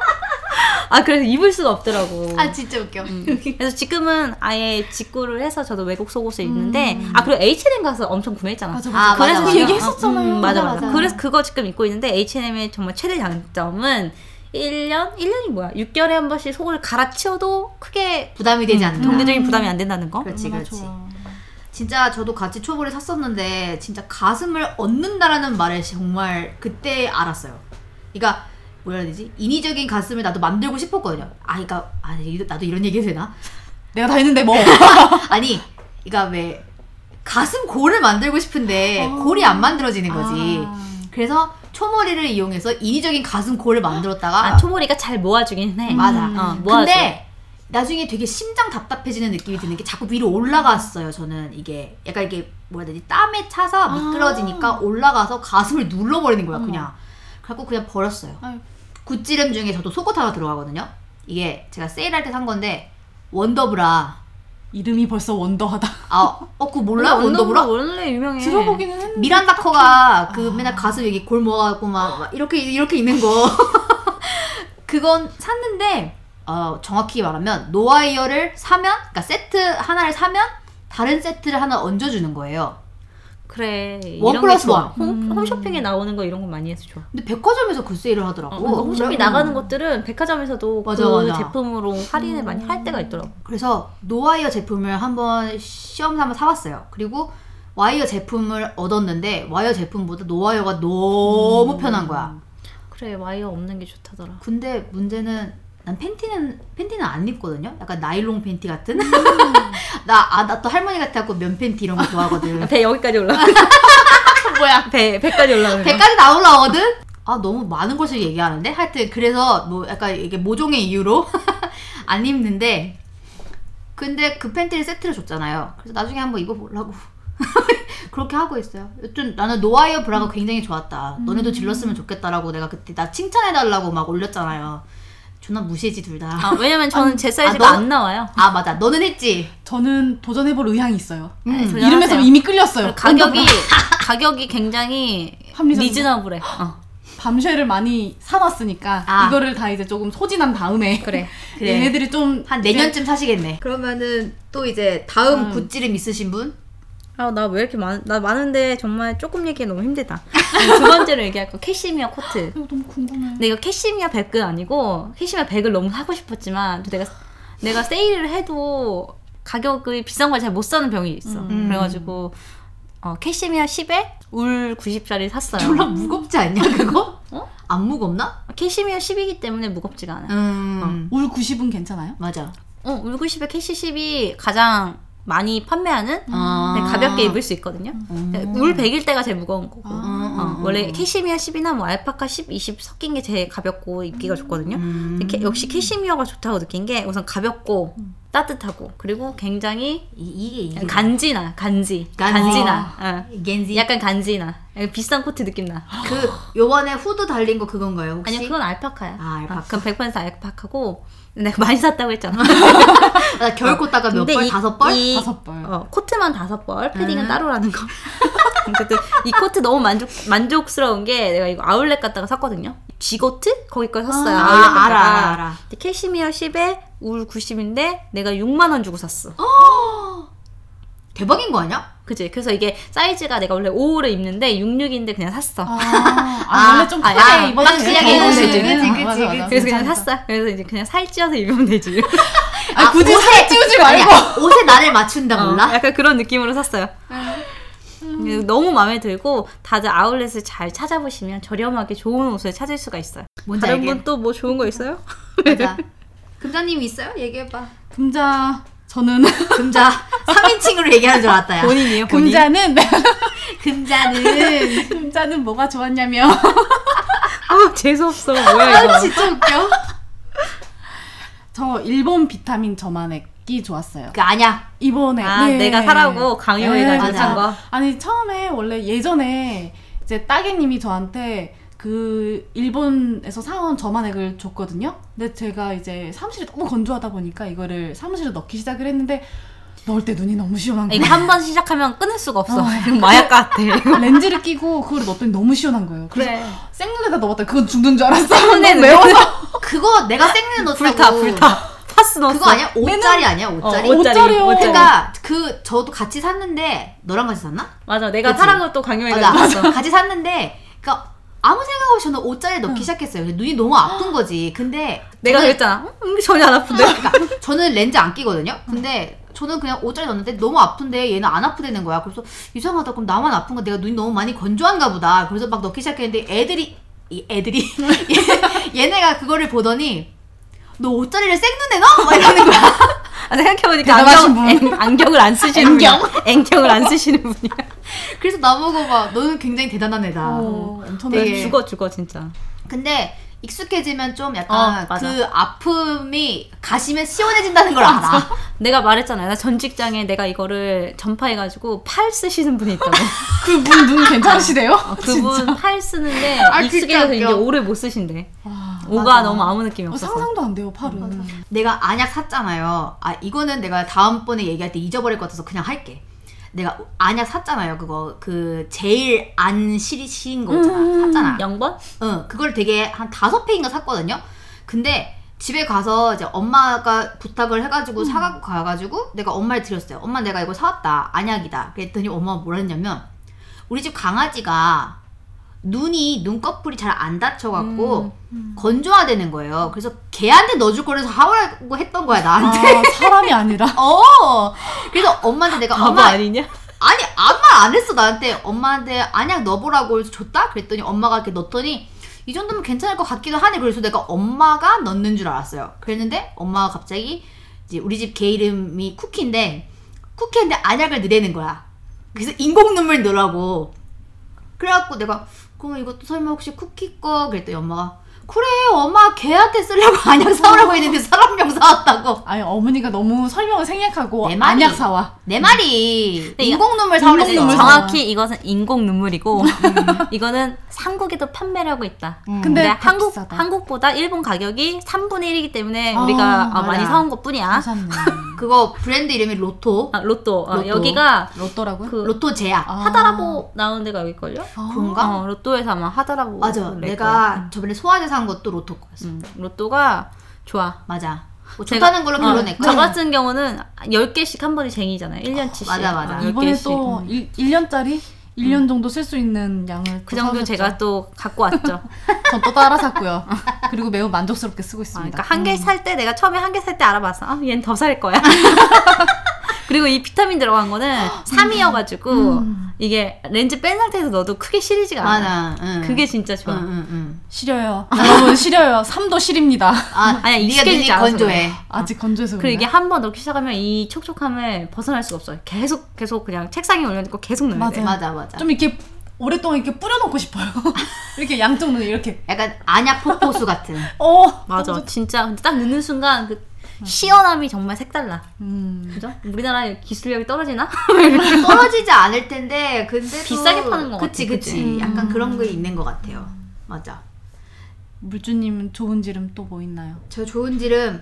Speaker 2: 아 그래서 입을 수가 없더라고
Speaker 1: 아 진짜 웃겨.
Speaker 3: 음.
Speaker 2: 그래서 지금은 아예 직구를 해서 저도 외국 속옷을 입는데 아 그리고 H&M 가서 엄청 구매했잖아
Speaker 3: 맞아
Speaker 1: 아,
Speaker 3: 맞아.
Speaker 1: 맞아,
Speaker 2: 그래서
Speaker 1: 맞아.
Speaker 3: 얘기했었잖아요.
Speaker 2: 음, 맞아,
Speaker 1: 맞아,
Speaker 2: 맞아
Speaker 1: 맞아.
Speaker 2: 그래서 그거 지금 입고 있는데 H&M의 정말 최대 장점은 1년? 1년이 뭐야? 6개월에 한 번씩 속을 갈아치워도 크게
Speaker 1: 부담이 되지 않는다.
Speaker 2: 경제적인 부담이 안 된다는 음, 거?
Speaker 1: 음.
Speaker 2: 음,
Speaker 1: 그렇지
Speaker 3: 얼마나
Speaker 1: 그렇지.
Speaker 3: 음, 좋아.
Speaker 1: 진짜 저도 같이 초보를 샀었는데 진짜 가슴을 얻는다라는 말을 정말 그때 알았어요. 그러니까 뭐라 해야 되지? 인위적인 가슴을 나도 만들고 싶었거든요. 아, 그러니까 아, 이- 나도 이런 얘기 해도 되나?
Speaker 3: 내가 다 했는데 뭐.
Speaker 2: 어?
Speaker 1: 아니, 그러니까 왜 가슴 골을 만들고 싶은데
Speaker 3: 어.
Speaker 1: 골이 안 만들어지는 거지.
Speaker 3: 아.
Speaker 1: 그래서 초머리를 이용해서 인위적인 가슴 골을 만들었다가
Speaker 2: 아 초모리가 잘 모아주긴 해
Speaker 1: 맞아.
Speaker 2: 어, 모아줘
Speaker 1: 근데 나중에 되게 심장 답답해지는 느낌이 드는 게 자꾸 위로 올라갔어요. 저는 이게 약간 이게 뭐라 해야 되지 땀에 차서 미끄러지니까 올라가서 가슴을 눌러버리는 거야 그냥. 그래갖고 그냥 버렸어요.
Speaker 3: 아유.
Speaker 1: 굿지름 중에 저도 속옷 하나 들어가거든요. 이게 제가 세일할 때 산 건데 원더브라.
Speaker 3: 이름이 벌써 원더하다.
Speaker 1: 아, 어 그거 몰라?
Speaker 2: 원더브라
Speaker 1: 원더브라?
Speaker 2: 원래
Speaker 1: 네.
Speaker 2: 유명해
Speaker 3: 들어보기는 했는데.
Speaker 1: 미란다 커가 그 맨날 가슴 여기 골 모아갖고 막, 막 이렇게 이렇게 있는 거 그건 샀는데 어, 정확히 말하면 노아이어를 사면 그러니까 세트 하나를 사면 다른 세트를 하나 얹어주는 거예요.
Speaker 2: 그래
Speaker 1: 원
Speaker 2: 이런
Speaker 1: 플러스
Speaker 2: 게 좋아.
Speaker 1: 원. 음.
Speaker 2: 홈, 홈쇼핑에 나오는 거 이런 거 많이 해서 좋아
Speaker 1: 근데 백화점에서 그 세일을
Speaker 2: 어,
Speaker 1: 하더라고.
Speaker 2: 그러니까
Speaker 1: 그래? 음.
Speaker 2: 홈쇼핑 나가는 것들은 백화점에서도
Speaker 1: 맞아,
Speaker 2: 그
Speaker 1: 맞아. 음.
Speaker 2: 제품으로 할인을 많이 할 때가 있더라고
Speaker 1: 그래서 노와이어 제품을 한번 시험 삼아 사봤어요. 그리고 와이어 제품을 얻었는데 와이어 제품보다 노와이어가 너무 편한 거야.
Speaker 2: 그래 와이어 없는 게 좋다더라
Speaker 1: 근데 문제는 난 팬티는 팬티는 안 입거든요. 약간 나일론 팬티 같은. 나 아 나 또 할머니 같아갖고 면 팬티 이런 거 좋아하거든.
Speaker 2: 배 여기까지 올라.
Speaker 1: 뭐야?
Speaker 2: 배 배까지 올라.
Speaker 1: 배까지 다 올라오거든? 아, 너무 많은 것을 얘기하는데? 하여튼, 그래서, 뭐, 약간, 이게 모종의 이유로 안 입는데, 근데 그 팬티를 세트로 줬잖아요. 그래서 나중에 한번 입어보려고. 그렇게 하고 있어요. 여튼 나는 노아이어 브라가 굉장히 좋았다. 너네도 질렀으면 좋겠다라고 내가 그때 나 칭찬해달라고 막 올렸잖아요. 존나 무시했지, 둘 다.
Speaker 2: 아, 왜냐면 저는 제 사이즈가
Speaker 1: 아, 너-
Speaker 2: 안 나와요.
Speaker 1: 아, 맞아. 너는 했지?
Speaker 3: 저는 도전해볼 의향이 있어요.
Speaker 1: 음.
Speaker 2: 네, 도전하세요.
Speaker 3: 이름에서 이미 끌렸어요.
Speaker 2: 가격이 가격이 굉장히
Speaker 3: 합리적이다.
Speaker 2: 리즈너블해. 어.
Speaker 3: 밤쉐를 많이 사놨으니까
Speaker 1: 아.
Speaker 3: 이거를 다 이제 조금 소진한 다음에
Speaker 2: 그래.
Speaker 1: 그래.
Speaker 3: 얘네들이 좀
Speaker 1: 한
Speaker 3: 이제
Speaker 1: 내년쯤 사시겠네. 그러면은 또 이제 다음
Speaker 3: 음.
Speaker 1: 굿지름 있으신 분?
Speaker 2: 아, 나 왜 이렇게 많, 나 많은데 정말 조금 얘기해 너무 힘들다. 음, 두 번째로 얘기할 거 캐시미어 코트.
Speaker 3: 이거 너무 궁금해.
Speaker 2: 근데 이거 캐시미어 백은 아니고 캐시미어 백을 너무 사고 싶었지만 또 내가 내가 세일을 해도 가격이 비싼 걸 잘 못 사는 병이 있어.
Speaker 1: 음.
Speaker 2: 그래가지고 어, 캐시미어 10에 울 90짜리
Speaker 1: 졸라
Speaker 2: 샀어요.
Speaker 1: 무겁지 않냐, 그거?
Speaker 2: 어?
Speaker 1: 안 무겁나?
Speaker 2: 캐시미어 10이기 때문에 무겁지가 않아. 요
Speaker 1: 음.
Speaker 3: 올 90은 괜찮아요?
Speaker 1: 맞아.
Speaker 2: 어, 울 90에 캐시 10이 가장 많이 판매하는
Speaker 1: 아.
Speaker 2: 네, 가볍게 입을 수 있거든요. 네,
Speaker 1: 음.
Speaker 2: 울 100일 때가 제일 무거운 거고.
Speaker 3: 아.
Speaker 2: 어, 원래 캐시미어 10이나 뭐 알파카 10, 20 섞인 게 제일 가볍고 입기가 좋거든요.
Speaker 1: 음.
Speaker 2: 근데 캐- 역시 캐시미어가 좋다고 느낀 게 우선 가볍고
Speaker 1: 음.
Speaker 2: 따뜻하고 그리고 굉장히
Speaker 1: 이, 이게 이게
Speaker 2: 간지나 간지
Speaker 1: 음. 간지.
Speaker 2: 간지나 어.
Speaker 1: 겐지
Speaker 2: 약간 간지나 약간 비싼 코트 느낌 나.
Speaker 1: 그 요번에 후드 달린 거 그건가요 혹시?
Speaker 2: 아니 그건 알파카야.
Speaker 1: 아, 알파카.
Speaker 2: 그럼 백판에서 알파카고 내가 많이 샀다고 했잖아.
Speaker 1: 나 겨울 꽂다가 아, 몇
Speaker 2: 근데
Speaker 1: 벌?
Speaker 2: 이-
Speaker 1: 다섯 벌?
Speaker 2: 이-
Speaker 3: 다섯 벌.
Speaker 2: 어, 코트만 다섯 벌, 패딩은
Speaker 1: 음.
Speaker 2: 따로라는 거. 어쨌든 이 코트 너무 만족 만족스러운 게 내가 이거 아울렛 갔다가 샀거든요. 쥐코트 거기 걸 샀어요.
Speaker 1: 아,
Speaker 2: 아울렛
Speaker 1: 알아,
Speaker 2: 갔다가.
Speaker 1: 알아, 알아.
Speaker 2: 근데 캐시미어 10에 울 90인데 내가 6만 원 주고 샀어.
Speaker 1: 대박인 거 아니야?
Speaker 2: 그지? 그래서 이게 사이즈가 내가 원래 55를 입는데 66인데 그냥 샀어.
Speaker 3: 아, 아, 원래 좀
Speaker 2: 아,
Speaker 3: 크게
Speaker 2: 아,
Speaker 3: 입어도
Speaker 1: 박시하게
Speaker 3: 돼요?
Speaker 2: 해야지.
Speaker 3: 겨울 때는.
Speaker 1: 그치, 그치,
Speaker 3: 어, 맞아, 맞아.
Speaker 1: 그치.
Speaker 2: 그래서 그냥
Speaker 3: 괜찮다.
Speaker 2: 샀어. 그래서 이제 그냥 살 찌어서 입으면 되지.
Speaker 3: 아, 굳이 살 찌우지 말고.
Speaker 1: 아니야, 옷에 나를 맞춘다
Speaker 2: 어,
Speaker 1: 몰라?
Speaker 2: 약간 그런 느낌으로 샀어요. 음. 너무 마음에 들고 다들 아울렛을 잘 찾아보시면 저렴하게 좋은 옷을 찾을 수가 있어요.
Speaker 1: 뭔지
Speaker 2: 다른
Speaker 1: 알게.
Speaker 2: 분 또 뭐 좋은 거 있어요?
Speaker 1: 맞아. 금자님 있어요? 얘기해봐.
Speaker 3: 금자 저는
Speaker 1: 금자 3인칭으로 얘기하는 줄 알았다 야.
Speaker 2: 본인이에요, 본인.
Speaker 3: 금자는
Speaker 1: 금자는
Speaker 3: 금자는 뭐가 좋았냐면
Speaker 2: 아 재수 없어. 뭐야
Speaker 1: 아,
Speaker 2: 이거?
Speaker 1: 진짜 웃겨.
Speaker 3: 저 일본 비타민 저만액이 좋았어요.
Speaker 1: 그 아니야.
Speaker 3: 이번에 네.
Speaker 2: 아, 내가 사라고 강요해가지고
Speaker 1: 산
Speaker 2: 거?
Speaker 3: 아니 처음에 원래 예전에 이제 따개님이 저한테 그 일본에서 사온 저만액을 줬거든요. 근데 제가 이제 사무실이 너무 건조하다 보니까 이거를 사무실에 넣기 시작을 했는데 넣을 때 눈이 너무 시원한 거예요.
Speaker 2: 이거 한 번 시작하면 끊을 수가 없어. 이거 마약 같아.
Speaker 3: 렌즈를 끼고 그걸 넣었더니 너무 시원한 거예요. 그래서
Speaker 2: 그래.
Speaker 3: 생눈에다 넣었다. 그건 죽는 줄 알았어.
Speaker 2: 손에는
Speaker 1: 그거 내가 생일 넣었다고.
Speaker 2: 불타 불타. 파스 넣었어.
Speaker 1: 그거 아니야? 5짜리 아니야? 5짜리?
Speaker 2: 어, 옷자리,
Speaker 3: 옷자리요.
Speaker 2: 옷자리.
Speaker 1: 그러니까 그 저도 같이 샀는데 너랑 같이 샀나?
Speaker 2: 맞아. 내가
Speaker 1: 그치?
Speaker 2: 사라고 또
Speaker 1: 맞아.
Speaker 2: 강요해가지고 샀어.
Speaker 1: 같이 샀는데, 그니까 아무 생각 없이 저는 옷자리 넣기 시작했어요. 근데 눈이 너무 아픈 거지. 근데
Speaker 2: 내가
Speaker 1: 저는,
Speaker 2: 그랬잖아. 음, 전혀 안 아픈데.
Speaker 1: 그러니까 저는 렌즈 안 끼거든요. 근데 저는 그냥 옷자리 넣었는데 너무 아픈데 얘는 안 아프다는 거야. 그래서 이상하다. 그럼 나만 아픈 건 내가 눈이 너무 많이 건조한가 보다. 그래서 막 넣기 시작했는데 애들이 이 애들이 얘- 얘네가 그거를 보더니 너 옷자리를 생눈에 넣어? 막 이러는 거야.
Speaker 2: 아, 생각해보니까
Speaker 3: 대단하신
Speaker 2: 안경, 앵, 안경을 안 쓰시는
Speaker 1: 안경?
Speaker 2: 분이야. 안경을 안 쓰시는 분이야.
Speaker 1: 그래서 나보고 막 너는 굉장히 대단한
Speaker 2: 아,
Speaker 1: 애다.
Speaker 3: 어, 엄청나게
Speaker 1: 되게
Speaker 2: 네, 죽어 죽어 진짜.
Speaker 1: 근데 익숙해지면 좀
Speaker 2: 어,
Speaker 1: 약간
Speaker 2: 맞아.
Speaker 1: 그 아픔이 가시면 시원해진다는 걸 알아.
Speaker 2: 내가 말했잖아요. 나 전 직장에 내가 이거를 전파해가지고 팔 쓰시는 분이 있다고.
Speaker 3: 그분 눈 괜찮으시대요?
Speaker 2: 아, 그분 팔 쓰는데
Speaker 1: 아, 진짜
Speaker 2: 익숙해서
Speaker 1: 웃겨.
Speaker 2: 이게 오래 못 쓰신대.
Speaker 3: 와,
Speaker 2: 오가
Speaker 1: 맞아.
Speaker 2: 너무 아무 느낌이
Speaker 3: 어,
Speaker 2: 없어서.
Speaker 3: 상상도 안 돼요 팔은.
Speaker 1: 내가 안약 샀잖아요. 아 이거는 내가 다음번에 얘기할 때 잊어버릴 것 같아서 그냥 할게. 내가 안약 샀잖아요. 그거 그 제일 안 시리신 거 있잖아.
Speaker 3: 음.
Speaker 1: 샀잖아.
Speaker 2: 영번?
Speaker 1: 응, 그걸 되게 한 다섯 페인가 샀거든요. 근데 집에 가서 이제 엄마가 부탁을 해가지고 사갖고 가가지고 내가 엄마를 드렸어요. 엄마 내가 이거 사왔다. 안약이다. 그랬더니 엄마가 뭐라 했냐면 우리 집 강아지가 눈이 눈꺼풀이 잘 안 다쳐갖고 건조화되는 거예요. 그래서 걔한테 넣어줄 거를 사오라고 했던 거야
Speaker 3: 아
Speaker 1: 나한테.
Speaker 3: 사람이 아니라.
Speaker 1: 어. 그래서 엄마한테 내가
Speaker 2: 바보
Speaker 1: 엄마
Speaker 2: 아니냐?
Speaker 1: 아니 아무 말 안 했어 나한테 엄마한테 안약 넣어보라고 해서 줬다 그랬더니 엄마가 이렇게 넣더니 이 정도면 괜찮을 것 같기도 하네. 그래서 내가 엄마가 넣는 줄 알았어요. 그랬는데 엄마가 갑자기 이제 우리 집 개 이름이 쿠키인데 쿠키한테 안약을 넣으라는 거야. 그래서 인공 눈물 넣으라고. 그래갖고 내가 그럼 이것도 설마 혹시 쿠키 거? 그랬더니 엄마가 그래 엄마 개한테 쓰려고 안약 사오라고 했는데 사람병 사왔다고.
Speaker 3: 아니 어머니가 너무 설명을 생략하고
Speaker 1: 내 말이.
Speaker 3: 안약 사와.
Speaker 1: 내 말이
Speaker 2: 근데
Speaker 1: 인공 눈물 사오라
Speaker 3: 음. 인공 눈물
Speaker 1: 했어.
Speaker 3: 사와.
Speaker 2: 정확히 이것은 인공 눈물이고 이거는 한국에도 판매를 하고 있다.
Speaker 1: 음. 네,
Speaker 2: 근데,
Speaker 3: 근데 더
Speaker 2: 한국
Speaker 3: 비싸다.
Speaker 2: 한국보다 일본 가격이 3분의 1이기 때문에
Speaker 3: 아,
Speaker 2: 우리가 아, 많이
Speaker 1: 맞아.
Speaker 2: 사온 것뿐이야.
Speaker 3: 괜찮네.
Speaker 1: 그거 브랜드 이름이 로토
Speaker 2: 아, 로또. 아,
Speaker 1: 로또.
Speaker 2: 여기가
Speaker 3: 로또라고요?
Speaker 2: 그
Speaker 1: 로토 제약.
Speaker 3: 아.
Speaker 2: 하다라보 나오는 데가 여기 걸요?
Speaker 3: 아.
Speaker 1: 그런가?
Speaker 2: 어, 로또에서 아마 하다라보.
Speaker 1: 맞아.
Speaker 2: 그럴 거야.
Speaker 1: 내가 저번에 소화제 산 것도 로토 거였어.
Speaker 2: 음, 로또가 좋아.
Speaker 1: 맞아. 뭐
Speaker 2: 제가-
Speaker 1: 좋다는 걸로
Speaker 2: 어,
Speaker 1: 결론했고.
Speaker 2: 저 같은 경우는 10개씩 한 번에 쟁이잖아요. 1년치씩.
Speaker 1: 맞아, 맞아.
Speaker 2: 그
Speaker 3: 이번에 또 1, 년짜리 1년 정도 쓸 수 있는 양을
Speaker 2: 그 정도 제가 또 갖고 왔죠.
Speaker 3: 전또 따라 샀고요. 그리고 매우 만족스럽게 쓰고
Speaker 2: 아, 그러니까
Speaker 3: 있습니다.
Speaker 2: 한 개 살 때 내가 처음에 한 개 살 때 알아봤어. 아, 얘는 더 살 거야. 그리고 이 비타민 들어간 거는 3이어가지고
Speaker 3: 음.
Speaker 2: 이게 렌즈 뺀 상태에서 넣어도 크게 시리지가 않아.
Speaker 1: 맞아. 응.
Speaker 2: 그게 진짜 좋아.
Speaker 1: 응, 응, 응.
Speaker 3: 시려요. 여러분 시려요. 삶도 시립니다.
Speaker 1: 아, 니가
Speaker 2: 아니야, 익숙해지지
Speaker 1: 눈이
Speaker 2: 않아서
Speaker 1: 건조해.
Speaker 3: 아직 건조해서
Speaker 2: 그리고
Speaker 3: 그래요.
Speaker 2: 이게 한 번 넣기 시작하면 이 촉촉함을 벗어날 수가 없어요. 계속 계속 그냥 책상에 올려놓고 계속 넣어야 돼.
Speaker 3: 맞아요.
Speaker 1: 네. 맞아, 맞아.
Speaker 3: 좀 이렇게 오랫동안 이렇게 뿌려놓고 싶어요. 이렇게 양쪽 눈 이렇게
Speaker 1: 약간 안약 폭포수 같은.
Speaker 3: 어
Speaker 2: 맞아. 진짜 근데 딱 넣는 순간 그
Speaker 1: 어.
Speaker 2: 시원함이 정말 색달라.
Speaker 3: 음.
Speaker 2: 그죠? 우리나라의 기술력이 떨어지나?
Speaker 1: 떨어지지 않을 텐데, 근데
Speaker 2: 비싸게 파는 것
Speaker 1: 그치,
Speaker 2: 같아,
Speaker 1: 그치.
Speaker 3: 그치?
Speaker 1: 약간
Speaker 3: 음.
Speaker 1: 그런 게 있는 것 같아요. 맞아.
Speaker 3: 물주님 좋은 지름 또 뭐 있나요?
Speaker 1: 저 좋은 지름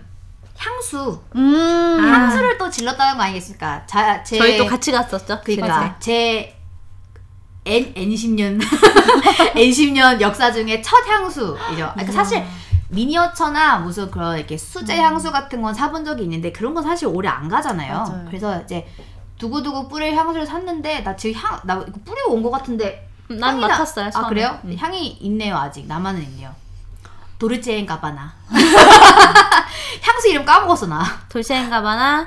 Speaker 1: 향수.
Speaker 3: 음.
Speaker 2: 아.
Speaker 1: 향수를 또 질렀다는 거 아니겠습니까? 자, 제
Speaker 2: 저희 또 같이 갔었죠.
Speaker 1: 네. 그러니까 제 N N10년 N10년 역사 중에 첫 향수이죠.
Speaker 2: 음.
Speaker 1: 그러니까 사실 미니어처나 무슨 그런 이렇게 수제 향수 같은 건 사본 적이 있는데 그런 건 사실 오래 안 가잖아요.
Speaker 3: 맞아요.
Speaker 1: 그래서 이제 두고두고 뿌릴 향수를 샀는데 나 지금 향 나 이거 뿌리고 온 것 같은데
Speaker 2: 음, 난
Speaker 1: 향이다.
Speaker 2: 맡았어요.
Speaker 1: 아
Speaker 2: 처음에.
Speaker 1: 그래요?
Speaker 2: 음.
Speaker 1: 향이 있네요 아직 나만은 있네요. 도르체엔 가바나 향수 이름 까먹었어 나
Speaker 2: 돌체인 가바나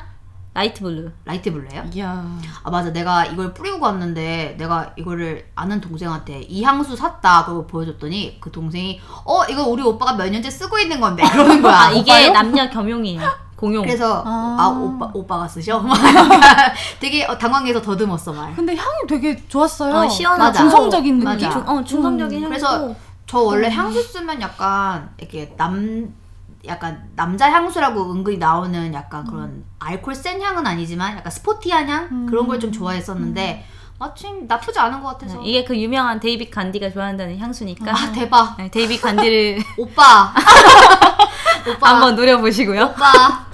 Speaker 2: 라이트 블루.
Speaker 1: 라이트 블루예요?
Speaker 3: 이야.
Speaker 1: 아 맞아 내가 이걸 뿌리고 갔는데 내가 이거를 아는 동생한테 이 향수 샀다 그러고 보여줬더니 그 동생이 어 이거 우리 오빠가 몇 년째 쓰고 있는 건데 그러는 거야
Speaker 2: 아, 이게
Speaker 3: 오빠요?
Speaker 2: 남녀 겸용이에요. 공용.
Speaker 1: 그래서
Speaker 3: 아.
Speaker 1: 아 오빠 오빠가 쓰셔 막 약간 되게 어, 당황해서 더듬었어 말
Speaker 3: 근데 향이 되게 좋았어요.
Speaker 2: 어, 시원하고
Speaker 1: 맞아.
Speaker 3: 중성적인
Speaker 1: 맞아.
Speaker 3: 느낌.
Speaker 2: 중, 어, 중성적인 향이고. 뭐?
Speaker 1: 그래서 저 원래 향수 쓰면 약간 이렇게 남 약간 남자 향수라고 은근히 나오는 약간
Speaker 2: 음.
Speaker 1: 그런 알코올 센 향은 아니지만 약간 스포티한 향 그런 걸 좀 좋아했었는데 마침 나쁘지 않은 것 같아서
Speaker 2: 음. 이게 그 유명한 데이빗 간디가 좋아한다는 향수니까.
Speaker 1: 아 대박
Speaker 2: 네, 데이빗 간디를
Speaker 1: 오빠. 오빠.
Speaker 2: 한번 노려보시고요.
Speaker 1: 오빠.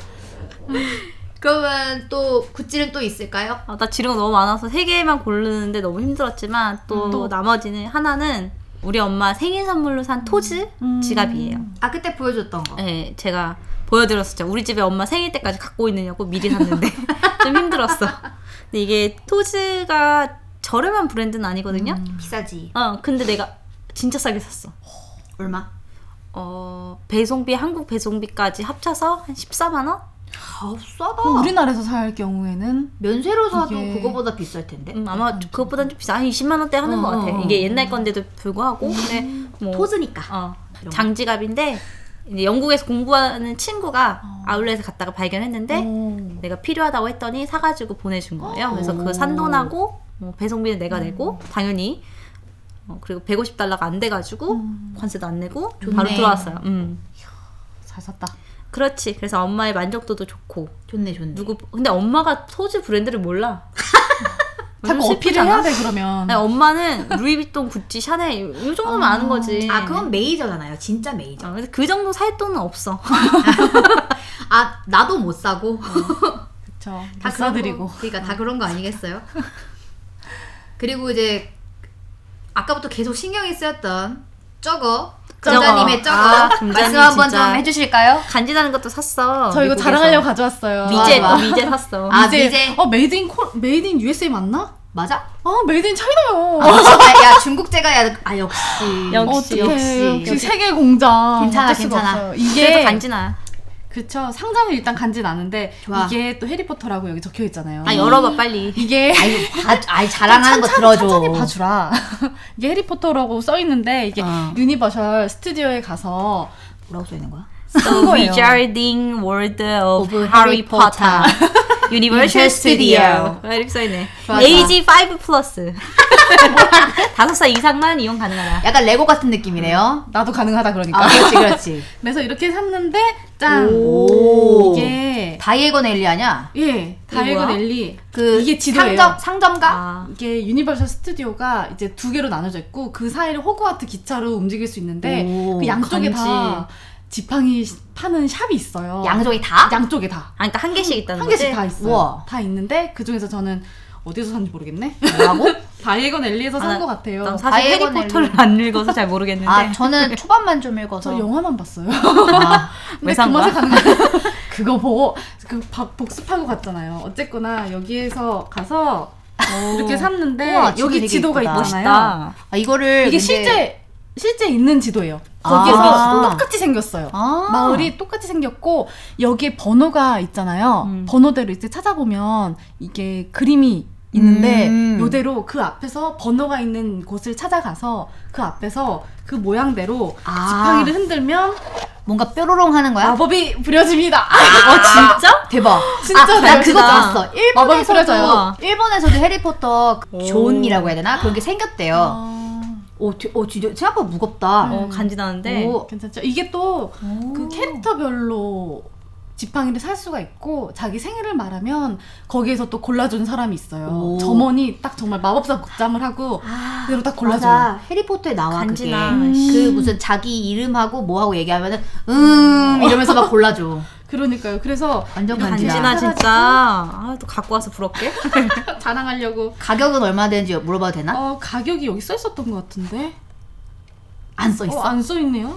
Speaker 1: 그러면 또 굿즈는 또 있을까요?
Speaker 2: 아, 나 지른 거 너무 많아서 세 개만 고르는데 너무 힘들었지만 또,
Speaker 3: 음, 또.
Speaker 2: 나머지는 하나는 우리 엄마 생일 선물로 산 토즈
Speaker 3: 음.
Speaker 2: 지갑이에요.
Speaker 1: 아 그때 보여줬던 거.
Speaker 2: 네, 제가 보여드렸었죠. 우리 집에 엄마 생일 때까지 갖고 있느냐고 미리 샀는데 좀 힘들었어. 근데 이게 토즈가 저렴한 브랜드는 아니거든요.
Speaker 1: 음. 비싸지.
Speaker 2: 어, 근데 내가 진짜 싸게 샀어.
Speaker 1: 얼마?
Speaker 2: 어, 배송비 한국 배송비까지 합쳐서 한 14만 원?
Speaker 1: 아 싸다.
Speaker 3: 그럼 우리나라에서 살 경우에는
Speaker 1: 면세로 사도
Speaker 3: 이게-
Speaker 1: 그거보다 비쌀 텐데.
Speaker 2: 음, 아마 그것보단 좀 비싸. 한 20만 원대 하는
Speaker 1: 어,
Speaker 2: 것
Speaker 1: 어,
Speaker 2: 같아.
Speaker 1: 어.
Speaker 2: 이게 옛날 건데도 불구하고. 근데 뭐
Speaker 1: 토즈니까.
Speaker 2: 어,
Speaker 1: 이런 거.
Speaker 2: 장지갑인데 이제 영국에서 공부하는 친구가
Speaker 3: 어. 음.
Speaker 2: 아울렛에 갔다가 발견했는데
Speaker 3: 오.
Speaker 2: 내가 필요하다고 했더니 사가지고 보내준 거예요. 그래서
Speaker 3: 오.
Speaker 2: 그 산돈하고 뭐 배송비는 내가
Speaker 3: 음.
Speaker 2: 내고 당연히 어, 그리고 150달러가 안 돼가지고
Speaker 3: 음.
Speaker 2: 관세도 안 내고
Speaker 1: 좋네.
Speaker 2: 바로 들어왔어요. 음.
Speaker 3: 잘 샀다.
Speaker 2: 그렇지. 그래서 엄마의 만족도도 좋고
Speaker 1: 좋네 좋네.
Speaker 2: 누구 근데 엄마가 토지 브랜드를 몰라.
Speaker 3: 자꾸
Speaker 2: 요즘
Speaker 3: 어필을
Speaker 2: 슬프잖아. 네,
Speaker 3: 해야 돼 그러면.
Speaker 2: 아니, 엄마는 루이비통, 구찌, 샤넬 이 정도면
Speaker 3: 아.
Speaker 2: 아는 거지.
Speaker 1: 아 그건 메이저잖아요. 진짜 메이저.
Speaker 2: 어, 근데 그 정도 살 돈은 없어.
Speaker 1: 아 나도 못 사고.
Speaker 3: 그쵸.
Speaker 1: 다
Speaker 3: 다
Speaker 1: 그런 거-
Speaker 3: 싸드리고.
Speaker 1: 그러니까 다 그런 거 아니겠어요? 그리고 이제 아까부터 계속 신경이 쓰였던 저거.
Speaker 2: 저거.
Speaker 1: 금자님의 저거
Speaker 2: 아, 금자님
Speaker 1: 말씀 한번
Speaker 2: 진짜.
Speaker 1: 좀 해주실까요?
Speaker 2: 간지나는 것도 샀어.
Speaker 3: 저 이거
Speaker 2: 미국에서.
Speaker 3: 자랑하려고 가져왔어요.
Speaker 2: 미제
Speaker 1: 아,
Speaker 2: 또 미제 샀어.
Speaker 1: 아,
Speaker 3: 이제-
Speaker 1: 미제.
Speaker 3: 어 메이드 인 코 메이드 인 USA 맞나?
Speaker 1: 맞아?
Speaker 3: 아 메이드 인 차이나요.
Speaker 1: 아, 야, 야 중국제가 야, 아 역시.
Speaker 2: 역시,
Speaker 3: 어떡해.
Speaker 1: 역시.
Speaker 3: 역시 세계 공장.
Speaker 1: 괜찮아,
Speaker 3: 어쩔 수가
Speaker 1: 괜찮아.
Speaker 3: 없어요.
Speaker 2: 그래도
Speaker 3: 이게
Speaker 2: 간지나.
Speaker 3: 그쵸. 상자는 일단 간진 않은데
Speaker 1: 좋아.
Speaker 3: 이게 또 해리포터라고 여기 적혀 있잖아요.
Speaker 2: 아 열어봐 빨리.
Speaker 3: 이게
Speaker 1: 아이, 다, 아이 자랑하는 거 들어줘.
Speaker 3: 천천히 봐주라. 이게 해리포터라고 써 있는데 이게
Speaker 1: 어.
Speaker 3: 유니버셜 스튜디오에 가서
Speaker 1: 뭐라고 써 있는 거야?
Speaker 3: 쓴 거예요.
Speaker 2: Wizarding World of
Speaker 1: Of Harry
Speaker 2: Harry Potter. Universal
Speaker 1: Universal
Speaker 2: Studio.
Speaker 1: Studio.
Speaker 2: 아, 이렇게 써있네.
Speaker 1: 좋아, 좋아.
Speaker 2: AG 5 플러스. 다섯 살 이상만 이용 가능하다.
Speaker 1: 약간 레고 같은 느낌이네요.
Speaker 3: 나도 가능하다 그러니까.
Speaker 1: 아 그렇지 그렇지.
Speaker 3: 그래서 이렇게 샀는데 짠
Speaker 1: 오.
Speaker 3: 이게
Speaker 1: 다이에곤 엘리 아냐?
Speaker 3: 예 다이건
Speaker 2: 뭐야?
Speaker 3: 엘리
Speaker 1: 그
Speaker 3: 이게 지도예요.
Speaker 1: 상점 상점가?
Speaker 2: 아,
Speaker 3: 이게 유니버셜 스튜디오가 이제 두 개로 나눠져 있고 그 사이를 호그와트 기차로 움직일 수 있는데
Speaker 1: 오,
Speaker 3: 그 양쪽에 다
Speaker 2: 건지.
Speaker 3: 지팡이 시- 파는 샵이 있어요.
Speaker 1: 양쪽이 다?
Speaker 3: 아. 양쪽에 다.
Speaker 2: 아, 그러니까 한 개씩 있다는
Speaker 3: 한
Speaker 2: 거지?
Speaker 3: 개씩 다 있어요.
Speaker 1: 우와.
Speaker 3: 다 있는데 그 중에서 저는 어디서 샀는지 모르겠네.
Speaker 1: 뭐라고?
Speaker 3: 다이에건 엘리에서 산
Speaker 2: 아,
Speaker 3: 것 같아요.
Speaker 2: 난 사실
Speaker 1: 다이애곤
Speaker 2: 해리포터를
Speaker 1: 엘리.
Speaker 2: 안 읽어서 잘 모르겠는데.
Speaker 1: 아 저는 초반만 좀 읽어서.
Speaker 3: 저 영화만 봤어요.
Speaker 1: 아,
Speaker 2: 왜
Speaker 3: 근데
Speaker 2: 산
Speaker 3: 그 맛에
Speaker 2: 거야?
Speaker 3: 가는 거 그거 보고 그 바- 복습하고 갔잖아요. 어쨌거나 여기에서 가서 이렇게 샀는데
Speaker 1: 우와, 지도
Speaker 3: 여기
Speaker 1: 되게
Speaker 3: 지도가
Speaker 1: 이쁘다.
Speaker 3: 있잖아요.
Speaker 2: 멋있다.
Speaker 1: 아, 이거를 근데-
Speaker 3: 이게 실제 실제 있는 지도예요.
Speaker 1: 아.
Speaker 3: 거기에서 똑같이 생겼어요.
Speaker 1: 아.
Speaker 3: 마을이 똑같이 생겼고 여기에 번호가 있잖아요.
Speaker 2: 음.
Speaker 3: 번호대로 이제 찾아보면 이게 그림이 있는데
Speaker 1: 음.
Speaker 3: 요대로 그 앞에서 번호가 있는 곳을 찾아가서 그 앞에서 그 모양대로
Speaker 1: 아.
Speaker 3: 지팡이를 흔들면
Speaker 1: 뭔가 뾰로롱 하는 거야?
Speaker 3: 마법이 부려집니다.
Speaker 1: 아.
Speaker 2: 어, 진짜?
Speaker 1: 대박.
Speaker 3: 진짜
Speaker 1: 아, 나
Speaker 3: 대박이다.
Speaker 1: 그거 봤어.
Speaker 3: 마법이
Speaker 1: 일본에서도
Speaker 3: 뿌려져요.
Speaker 1: 일본에서도 해리포터 그
Speaker 2: 오.
Speaker 1: 존이라고 해야 되나 그런 게 생겼대요.
Speaker 3: 아,
Speaker 1: 오, 되- 오 어, 진짜 생각보다 무겁다. 뭐
Speaker 3: 음.
Speaker 2: 어, 간지나는데.
Speaker 1: 오.
Speaker 3: 괜찮죠? 이게 또 그
Speaker 1: 오.
Speaker 3: 캐릭터별로 지팡이를 살 수가 있고 자기 생일을 말하면 거기에서 또 골라주는 사람이 있어요.
Speaker 1: 오.
Speaker 3: 점원이 딱 정말 마법사 국장을 하고
Speaker 1: 아,
Speaker 3: 그대로 딱 골라줘요.
Speaker 1: 맞아. 해리포터에 나와
Speaker 2: 간지나.
Speaker 1: 그게.
Speaker 2: 음.
Speaker 1: 그 무슨 자기 이름하고 뭐하고 얘기하면은 음 이러면서 막 골라줘.
Speaker 3: 그러니까요. 그래서
Speaker 1: 완전
Speaker 2: 간지나
Speaker 1: 간지나.
Speaker 2: 진짜. 아, 또 갖고 와서 부럽게.
Speaker 3: 네, 자랑하려고
Speaker 1: 가격은 얼마나 되는지 물어봐도 되나?
Speaker 3: 어 가격이 여기 써 있었던 것 같은데
Speaker 1: 안 써 있어.
Speaker 3: 어
Speaker 2: 아.
Speaker 3: 안 써 있네요.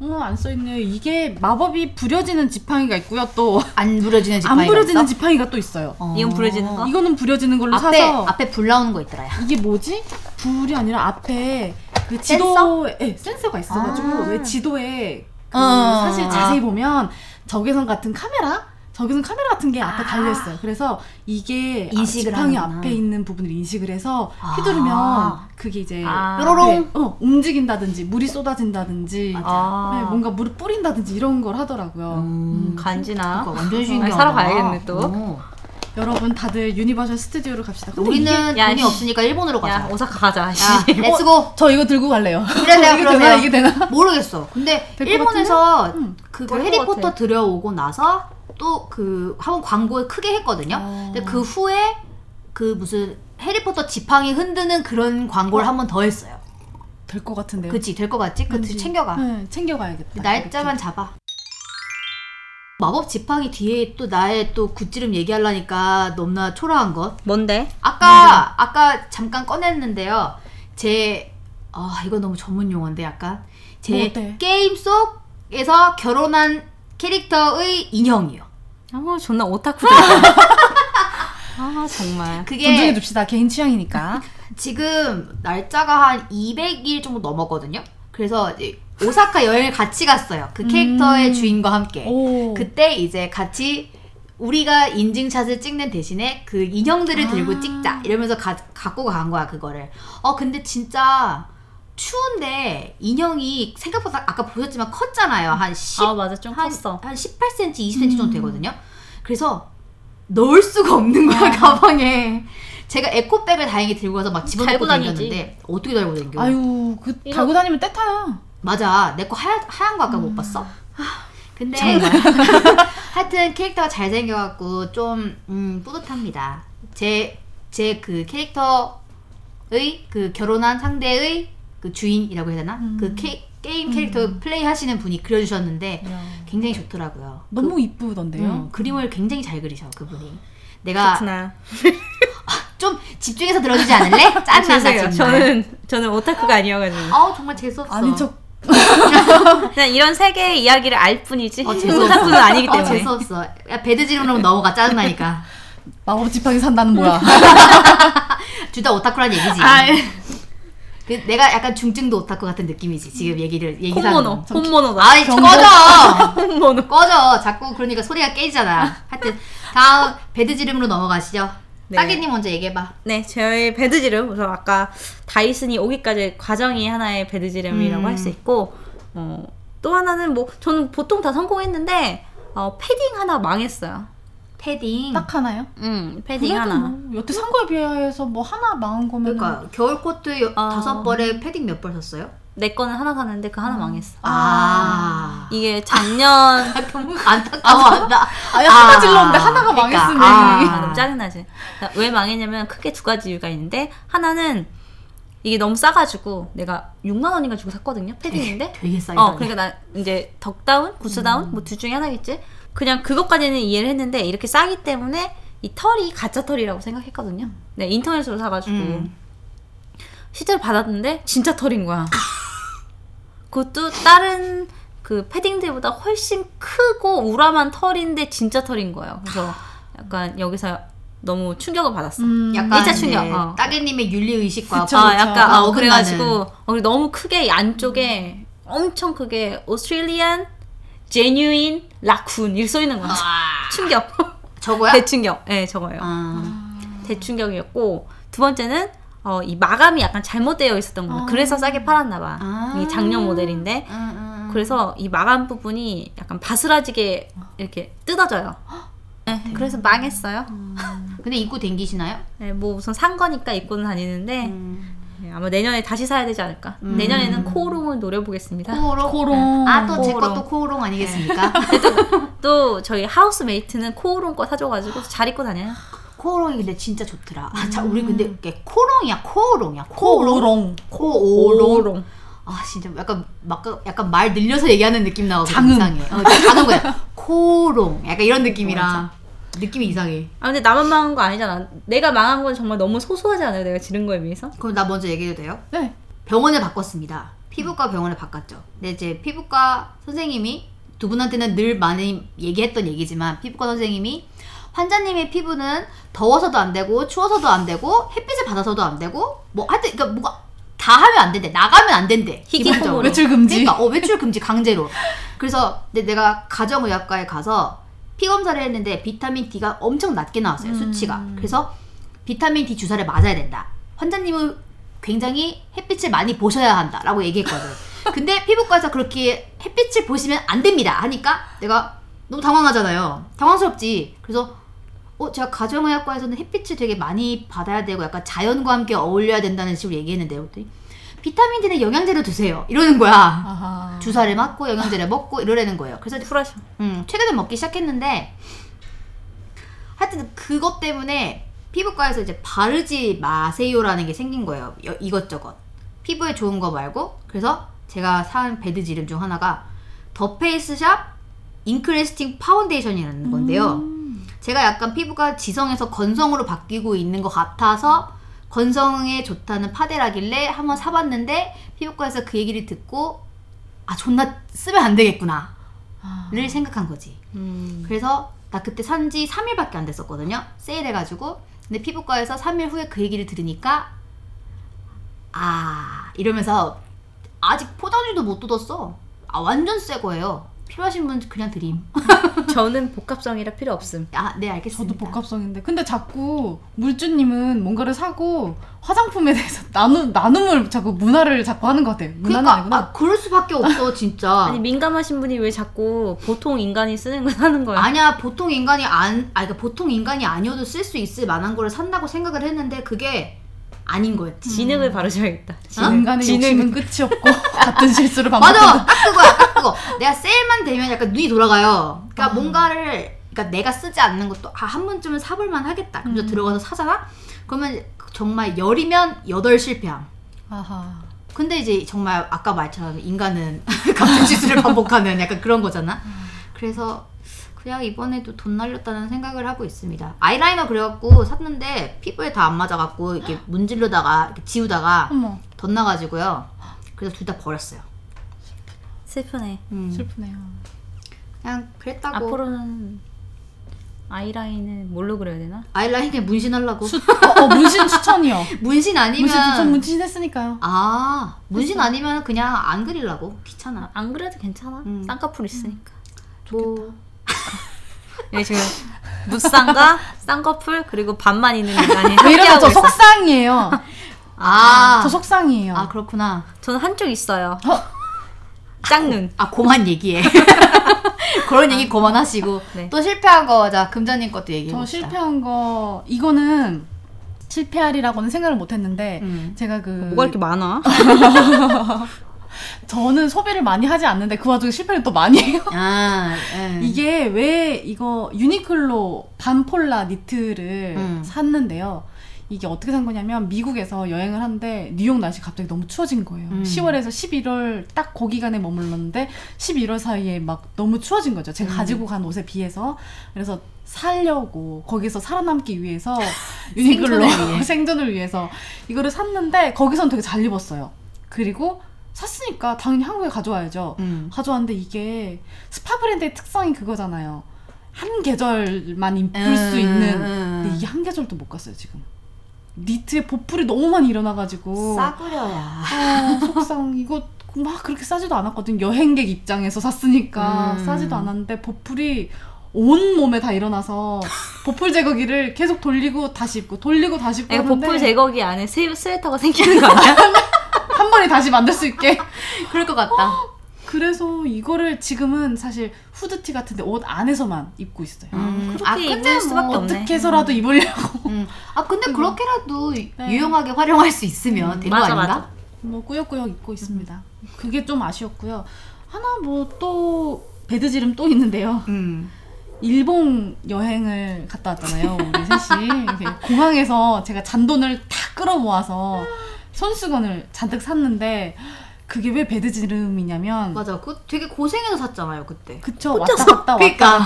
Speaker 3: 어 안 써 있네요. 이게 마법이 부려지는 지팡이가 있고요. 또 안
Speaker 1: 안 부러지는 지팡이가
Speaker 3: 부려지는
Speaker 1: 있어?
Speaker 3: 지팡이가 또 있어요.
Speaker 1: 어.
Speaker 2: 이건 부러지는 거?
Speaker 3: 이거는 부려지는 걸로
Speaker 1: 앞에
Speaker 3: 사서
Speaker 1: 앞에 불 나오는 거 있더라. 야.
Speaker 3: 이게 뭐지? 불이 아니라 앞에 그 지도에 예, 센서가 있어가지고
Speaker 1: 아.
Speaker 3: 왜 지도에 그
Speaker 1: 어.
Speaker 3: 사실 자세히 보면 저기선 같은 카메라 저기선 카메라 같은 게 앞에 달려 있어요. 그래서 이게
Speaker 1: 아. 인식을
Speaker 3: 지팡이
Speaker 1: 하는구나.
Speaker 3: 앞에 있는 부분을 인식을 해서
Speaker 1: 아.
Speaker 3: 휘두르면 그게 이제
Speaker 2: 아.
Speaker 1: 뾰로롱.
Speaker 3: 네, 어, 움직인다든지 물이 쏟아진다든지
Speaker 2: 아.
Speaker 3: 네, 뭔가 물을 뿌린다든지 이런 걸 하더라고요.
Speaker 1: 음.
Speaker 2: 간지나.
Speaker 1: 그러니까 완전 신기하다.
Speaker 2: 어. 아, 사러 가야겠네, 또.
Speaker 1: 어.
Speaker 3: 여러분 다들 유니버셜 스튜디오로 갑시다. 근데
Speaker 1: 우리는
Speaker 2: 이게- 야,
Speaker 1: 돈이
Speaker 2: 씨.
Speaker 1: 없으니까 일본으로 가자.
Speaker 2: 야, 오사카 가자. 씨.
Speaker 1: 야, 렛츠고.
Speaker 3: 저 이거 들고 갈래요.
Speaker 1: 그러세요,
Speaker 3: 이게 되나
Speaker 1: 그러세요. 음.
Speaker 3: 이게 되나?
Speaker 1: 모르겠어. 근데
Speaker 3: 될것
Speaker 1: 일본에서
Speaker 3: 같은데? 응.
Speaker 1: 그거
Speaker 2: 될것
Speaker 1: 해리포터
Speaker 2: 같아.
Speaker 1: 들여오고 나서 또 그 한번 광고 크게 했거든요.
Speaker 3: 어.
Speaker 1: 근데 그 후에 그 무슨 해리포터 지팡이 흔드는 그런 광고를 한 번 더 했어요.
Speaker 3: 될 것 같은데요.
Speaker 1: 그치 될 것 같지? 그
Speaker 3: 왠지.
Speaker 1: 챙겨가.
Speaker 3: 네, 챙겨가야겠다.
Speaker 1: 날짜만 잡아. 마법 지팡이 뒤에 또 나의 또 굿지름 얘기하려니까 너무나 초라한 것.
Speaker 2: 뭔데?
Speaker 1: 아까 아까 잠깐 꺼냈는데요. 제 아, 이거 너무 전문 용어인데 약간 제
Speaker 3: 뭐 어때?
Speaker 1: 게임 속에서 결혼한 캐릭터의 인형이요.
Speaker 2: 아, 존나 오타쿠다. 아, 정말.
Speaker 1: 그게
Speaker 3: 존중해 줍시다. 개인 취향이니까.
Speaker 1: 지금 날짜가 한 200일 정도 넘었거든요. 그래서 이제 오사카 여행을 같이 갔어요. 그 캐릭터의
Speaker 3: 음.
Speaker 1: 주인과 함께.
Speaker 2: 어.
Speaker 1: 네.
Speaker 3: 오.
Speaker 1: 그때 이제 같이 우리가 인증샷을 찍는 대신에 그 인형들을
Speaker 3: 아.
Speaker 1: 들고 찍자 이러면서 가, 갖고 간 거야 그거를 어 근데 진짜 추운데 인형이 생각보다 아까 보셨지만 컸잖아요 한 10,
Speaker 2: 아, 맞아. 좀
Speaker 1: 한,
Speaker 2: 컸어.
Speaker 1: 한 18cm 20cm
Speaker 2: 음.
Speaker 1: 정도 되거든요 그래서 넣을 수가 없는
Speaker 2: 아.
Speaker 1: 거야 가방에 제가 에코백을 다행히 들고 가서 막 집어넣고
Speaker 2: 달고 다니지.
Speaker 1: 다녔는데 어떻게 달고 다니겨
Speaker 3: 아유, 그
Speaker 2: 이런-
Speaker 3: 달고 다니면 때타요.
Speaker 1: 맞아. 내 거 하얀, 하얀 거 아까 못 봤어? 근데 하여튼 캐릭터가 잘생겨갖고 좀 음, 뿌듯합니다. 제 제 그 캐릭터의 그 결혼한 상대의 그 주인이라고 해야 되나?
Speaker 3: 음.
Speaker 1: 그 캐, 게임 캐릭터
Speaker 2: 음.
Speaker 1: 플레이 하시는 분이 그려주셨는데 굉장히 좋더라고요.
Speaker 3: 너무
Speaker 1: 그,
Speaker 3: 이쁘던데요.
Speaker 1: 음, 그림을 굉장히 잘 그리셔 그분이. 내가
Speaker 2: 그렇구나.
Speaker 1: 좀 집중해서 들어주지 않을래? 짜증난다
Speaker 2: 아, 죄송해요.
Speaker 1: 정말.
Speaker 2: 저는 저는 오타쿠가 아니어가지고
Speaker 1: 아 정말 재수없어.
Speaker 3: 아닌 척.
Speaker 2: 아, 그냥 이런 세계의 이야기를 알 뿐이지
Speaker 1: 어, 죄송해요.
Speaker 2: 오타쿠는 아니기
Speaker 1: 아,
Speaker 2: 때문에.
Speaker 1: 재수없어. 야, 배드 지름으로 넘어가 짜증나니까. 음.
Speaker 3: 마법 지팡이 산다는 뭐야.
Speaker 1: 둘 다 오타쿠란 얘기지.
Speaker 2: 아, 예.
Speaker 1: 그 내가 약간 중증도 오타쿠 같은 느낌이지 지금 얘기를 얘기
Speaker 2: 홈모노,
Speaker 1: 나누는.
Speaker 2: 홈모노다.
Speaker 1: 아이 꺼져
Speaker 2: 홈모노.
Speaker 1: 꺼져 자꾸 그러니까 소리가 깨지잖아. 하여튼 다음 배드지름으로 넘어가시죠.
Speaker 2: 네.
Speaker 1: 따개님 먼저 얘기해봐.
Speaker 2: 네, 저의 배드지름 우선 아까 다이슨이 오기까지 과정이 하나의 배드지름이라고
Speaker 1: 음.
Speaker 2: 할 수 있고 어, 또 하나는 뭐 저는 보통 다 성공했는데 어, 패딩 하나 망했어요.
Speaker 1: 패딩.
Speaker 3: 딱 하나요?
Speaker 2: 음, 패딩
Speaker 3: 그래도
Speaker 2: 하나.
Speaker 3: 뭐 여태 산 거에 비해서 뭐 하나 망한 거면
Speaker 1: 그러니까 겨울 코트 여-
Speaker 2: 음. 아.
Speaker 1: 다섯 벌에 패딩 몇 벌 샀어요?
Speaker 2: 내 거는 하나 샀는데 그 하나 망했어.
Speaker 1: 아.
Speaker 2: 이게 작년
Speaker 1: 아, 너무 안타까워. 나
Speaker 3: 아예
Speaker 1: 아.
Speaker 3: 하나 질렀는데 하나가
Speaker 1: 그러니까,
Speaker 3: 망했으니
Speaker 1: 아.
Speaker 2: 아, 너무 짜증나지. 나왜 망했냐면 크게 두 가지 이유가 있는데 하나는 이게 너무 싸가지고 내가 6만 원인가 주고 샀거든요 패딩인데
Speaker 1: 되게 싸이
Speaker 2: 어, 그러니까 나 이제 덕다운, 구스다운 뭐 둘 중에 하나겠지. 그냥 그것까지는 이해를 했는데 이렇게 싸기 때문에 이 털이 가짜 털이라고 생각했거든요. 네, 인터넷으로 사가지고
Speaker 1: 음.
Speaker 2: 실제로 받았는데 진짜 털인 거야. 그것도 다른 그 패딩들보다 훨씬 크고 우람한 털인데 진짜 털인 거예요. 그래서 약간 여기서 너무 충격을 받았어.
Speaker 3: 음,
Speaker 1: 약간
Speaker 2: 일차
Speaker 1: 이제
Speaker 2: 충격, 어.
Speaker 1: 따개님의 윤리 의식과
Speaker 3: 그쵸.
Speaker 2: 아, 약간
Speaker 1: 아,
Speaker 2: 어,
Speaker 1: 어긋나는.
Speaker 2: 그래가지고 어, 그리고 너무 크게 이 안쪽에 엄청 크게 오스트레일리안 제뉴인 라쿤 이렇게 써 있는 거야.
Speaker 1: 아,
Speaker 2: 충격,
Speaker 1: 저거야?
Speaker 2: 대충격, 예, 네, 저거예요.
Speaker 1: 아.
Speaker 2: 대충격이었고 두 번째는 어, 이 마감이 약간 잘못되어 있었던 거야.
Speaker 3: 아.
Speaker 2: 그래서 싸게 팔았나 봐.
Speaker 1: 아.
Speaker 2: 이 작년 모델인데 그래서 이 마감 부분이 약간 바스라지게 이렇게 뜯어져요. 네, 그래서 망했어요.
Speaker 1: 근데 입고 댕기시나요?
Speaker 2: 네, 뭐 우선 산 거니까 입고는 다니는데
Speaker 1: 음.
Speaker 2: 네, 아마 내년에 다시 사야 되지 않을까.
Speaker 1: 음.
Speaker 2: 내년에는 코오롱을 노려보겠습니다.
Speaker 1: 코오롱.
Speaker 3: 코오롱.
Speaker 1: 아 또 제
Speaker 2: 코오롱.
Speaker 1: 것도 코오롱 네. 아니겠습니까?
Speaker 2: 또 저희 하우스메이트는 코오롱 거 사줘가지고 잘 입고 다녀요.
Speaker 1: 코오롱이 근데 진짜 좋더라. 아, 자 우리 근데 이게 코롱이야 코오롱이야 코오롱
Speaker 3: 코오롱
Speaker 1: 코오롱. 아 진짜 약간 막 약간 말 늘려서 얘기하는 느낌 나거든
Speaker 3: 장음.
Speaker 1: 이상해. 어, 장음 거야. 코롱 약간 이런 느낌이라 느낌이 이상해.
Speaker 2: 아 근데 나만 망한 거 아니잖아. 내가 망한 건 정말 너무 소소하지 않아요? 내가 지른 거에 비해서?
Speaker 1: 그럼 나 먼저 얘기해도 돼요?
Speaker 3: 네
Speaker 1: 병원을 바꿨습니다. 피부과 병원을 바꿨죠. 근데 이제 피부과 선생님이 두 분한테는 늘 많이 얘기했던 얘기지만 피부과 선생님이 환자님의 피부는 더워서도 안 되고 추워서도 안 되고 햇빛을 받아서도 안 되고 뭐 하여튼 그러니까 뭐가 다 하면 안 된대. 나가면 안 된대.
Speaker 2: 희귀
Speaker 1: 기본적으로.
Speaker 2: 콧물.
Speaker 3: 외출 금지
Speaker 1: 그러니까 어, 외출 금지 강제로. 그래서 근데 내가 가정의학과에 가서 피 검사를 했는데 비타민 D가 엄청 낮게 나왔어요 수치가. 그래서 비타민 D 주사를 맞아야 된다. 환자님은 굉장히 햇빛을 많이 보셔야 한다라고 얘기했거든. 근데 피부과에서 그렇게 햇빛을 보시면 안 됩니다 하니까 내가 너무 당황하잖아요. 당황스럽지. 그래서 어, 제가 가정의학과에서는 햇빛을 되게 많이 받아야 되고 약간 자연과 함께 어울려야 된다는 식으로 얘기했는데 그랬더니 비타민 D는 영양제로 드세요. 이러는 거야.
Speaker 3: 아하.
Speaker 1: 주사를 맞고 영양제를 먹고 이러라는 거예요. 그래서
Speaker 2: 쿨하셔.
Speaker 1: 음, 최근에 먹기 시작했는데 하여튼 그것 때문에 피부과에서 이제 바르지 마세요라는 게 생긴 거예요. 여- 이것저것. 피부에 좋은 거 말고 그래서 제가 산 베드지 름중 하나가 더 페이스샵 인크레스팅 파운데이션이라는 건데요.
Speaker 3: 음.
Speaker 1: 제가 약간 피부가 지성에서 건성으로 바뀌고 있는 것 같아서 건성에 좋다는 파데라길래 한번 사봤는데 피부과에서 그 얘기를 듣고 아 존나 쓰면 안 되겠구나
Speaker 3: 아.
Speaker 1: 를 생각한 거지
Speaker 2: 음.
Speaker 1: 그래서 나 그때 산지 3일밖에 안 됐었거든요 세일해가지고 근데 피부과에서 3일 후에 그 얘기를 들으니까 아 이러면서 아직 포장지도 못 뜯었어 아 완전 새 거예요 필요하신 분 그냥 드림
Speaker 2: 저는 복합성이라 필요 없음.
Speaker 1: 아 네 알겠습니다
Speaker 3: 저도 복합성인데 근데 자꾸 물주님은 뭔가를 사고 화장품에 대해서 나누 나눔을 자꾸 문화를 자꾸 하는 것 같아요. 문화는
Speaker 1: 그러니까
Speaker 3: 아니구나.
Speaker 1: 아, 그럴 수밖에 없어 진짜.
Speaker 2: 아니 민감하신 분이 왜 자꾸 보통 인간이 쓰는 걸 사는 거야?
Speaker 1: 아니야 보통 인간이 안 아, 그러니까 보통 인간이 아니어도 쓸 수 있을 만한 거를 산다고 생각을 했는데 그게 아닌 거였지.
Speaker 2: 진흙을 바르셔야겠다.
Speaker 3: 어? 인간의 욕심은 끝이 없고 같은 실수를 반복한다.
Speaker 1: 맞아, 딱 그거야, 딱 그거. 내가 세일만 되면 약간 눈이 돌아가요. 그러니까 뭔가를, 그러니까 내가 쓰지 않는 것도 아, 한 번쯤은 사볼만 하겠다. 그래서 들어가서 사잖아. 그러면 정말 열이면 여덟 실패함.
Speaker 3: 아하.
Speaker 1: 근데 이제 정말 아까 말처럼 인간은 같은 짓을 반복하는 약간 그런 거잖아. 그래서 그냥 이번에도 돈 날렸다는 생각을 하고 있습니다. 아이라이너 그래갖고 샀는데 피부에 다 안 맞아갖고 이렇게 문질러다가 이렇게 지우다가
Speaker 3: 어머
Speaker 1: 덧나가지고요. 그래서 둘 다 버렸어요.
Speaker 2: 슬프네.
Speaker 1: 음,
Speaker 3: 슬프네요.
Speaker 1: 그냥 그랬다고.
Speaker 2: 앞으로는 아이라인은 뭘로 그려야 되나?
Speaker 1: 아이라인 그냥 문신하려고.
Speaker 3: 수, 어, 어, 문신 추천이요.
Speaker 1: 문신 아니면
Speaker 3: 문신 추천 문신 했으니까요.
Speaker 1: 아 문신 아니면 그냥 안 그리려고 귀찮아.
Speaker 2: 아, 안 그래도 괜찮아.
Speaker 1: 음.
Speaker 2: 쌍꺼풀 있으니까.
Speaker 1: 뭐
Speaker 2: 네, 지금 무쌍과 쌍꺼풀 그리고 반만 있는 인간이
Speaker 3: 왜 이러면
Speaker 2: 함께하고
Speaker 3: 저
Speaker 2: 있어.
Speaker 3: 속상이에요.
Speaker 1: 아,
Speaker 3: 저 속상이에요.
Speaker 1: 아 그렇구나.
Speaker 2: 저는 한쪽 있어요. 짝눈.
Speaker 1: 아 고만 얘기해. 그런 얘기 고만하시고
Speaker 2: 네.
Speaker 1: 또 실패한 거 자 금자님 것도 얘기해.
Speaker 3: 저 실패한 거 이거는 실패하리라고는 생각을 못했는데
Speaker 1: 음.
Speaker 3: 제가 그
Speaker 2: 뭐가 이렇게 많아?
Speaker 3: 저는 소비를 많이 하지 않는데 그 와중에 실패를 또 많이 해요.
Speaker 1: 아 예.
Speaker 3: 이게 왜 이거 유니클로 반폴라 니트를
Speaker 1: 음.
Speaker 3: 샀는데요. 이게 어떻게 산 거냐면 미국에서 여행을 한데 뉴욕 날씨 갑자기 너무 추워진 거예요.
Speaker 1: 음.
Speaker 3: 10월에서 11월 딱 그 기간에 머물렀는데 11월 사이에 막 너무 추워진 거죠. 제가
Speaker 1: 음.
Speaker 3: 가지고 간 옷에 비해서 그래서 살려고 거기서 살아남기 위해서 유니클로
Speaker 1: 생존을 위해.
Speaker 3: 생존을 위해서 이거를 샀는데 거기선 되게 잘 입었어요. 그리고 샀으니까 당연히 한국에 가져와야죠.
Speaker 1: 음.
Speaker 3: 가져왔는데 이게 스파 브랜드의 특성이 그거잖아요. 한 계절만 입을 수
Speaker 1: 음,
Speaker 3: 있는.
Speaker 1: 음.
Speaker 3: 근데 이게 한 계절도 못 갔어요 지금. 니트에 보풀이 너무 많이 일어나가지고
Speaker 1: 싸구려야.
Speaker 3: 아, 속상 이거 막 그렇게 싸지도 않았거든. 여행객 입장에서 샀으니까
Speaker 1: 음.
Speaker 3: 싸지도 않았는데 보풀이 온 몸에 다 일어나서 보풀 제거기를 계속 돌리고 다시 입고 돌리고 다시 입고
Speaker 2: 이거
Speaker 3: 하는데
Speaker 2: 보풀 제거기 안에 스- 스웨터가 생기는 거 아니야?
Speaker 3: 한 번에 다시 만들 수 있게
Speaker 1: 그럴 것 같다.
Speaker 3: 그래서 이거를 지금은 사실 후드티 같은데 옷 안에서만 입고 있어요.
Speaker 1: 음,
Speaker 2: 그렇게
Speaker 1: 아, 근데
Speaker 2: 입을 수밖에
Speaker 1: 뭐
Speaker 2: 없네.
Speaker 3: 어떻게 해서라도 입으려고
Speaker 1: 음. 아 근데 그렇게라도
Speaker 3: 네.
Speaker 1: 유용하게 활용할 수 있으면
Speaker 3: 음,
Speaker 1: 되는
Speaker 2: 맞아,
Speaker 1: 거 아닌가?
Speaker 2: 맞아.
Speaker 3: 뭐 꾸역꾸역 입고 있습니다. 그게 좀 아쉬웠고요. 하나 뭐 또 배드지름 또 있는데요.
Speaker 1: 음.
Speaker 3: 일본 여행을 갔다 왔잖아요. 우리 셋이 이렇게 공항에서 제가 잔돈을 다 끌어모아서 손수건을 잔뜩 샀는데 그게 왜 배드지름이냐면
Speaker 1: 맞아. 그 되게 고생해서 샀잖아요 그때.
Speaker 3: 그쵸 왔다 갔다 왔다
Speaker 1: 그러니까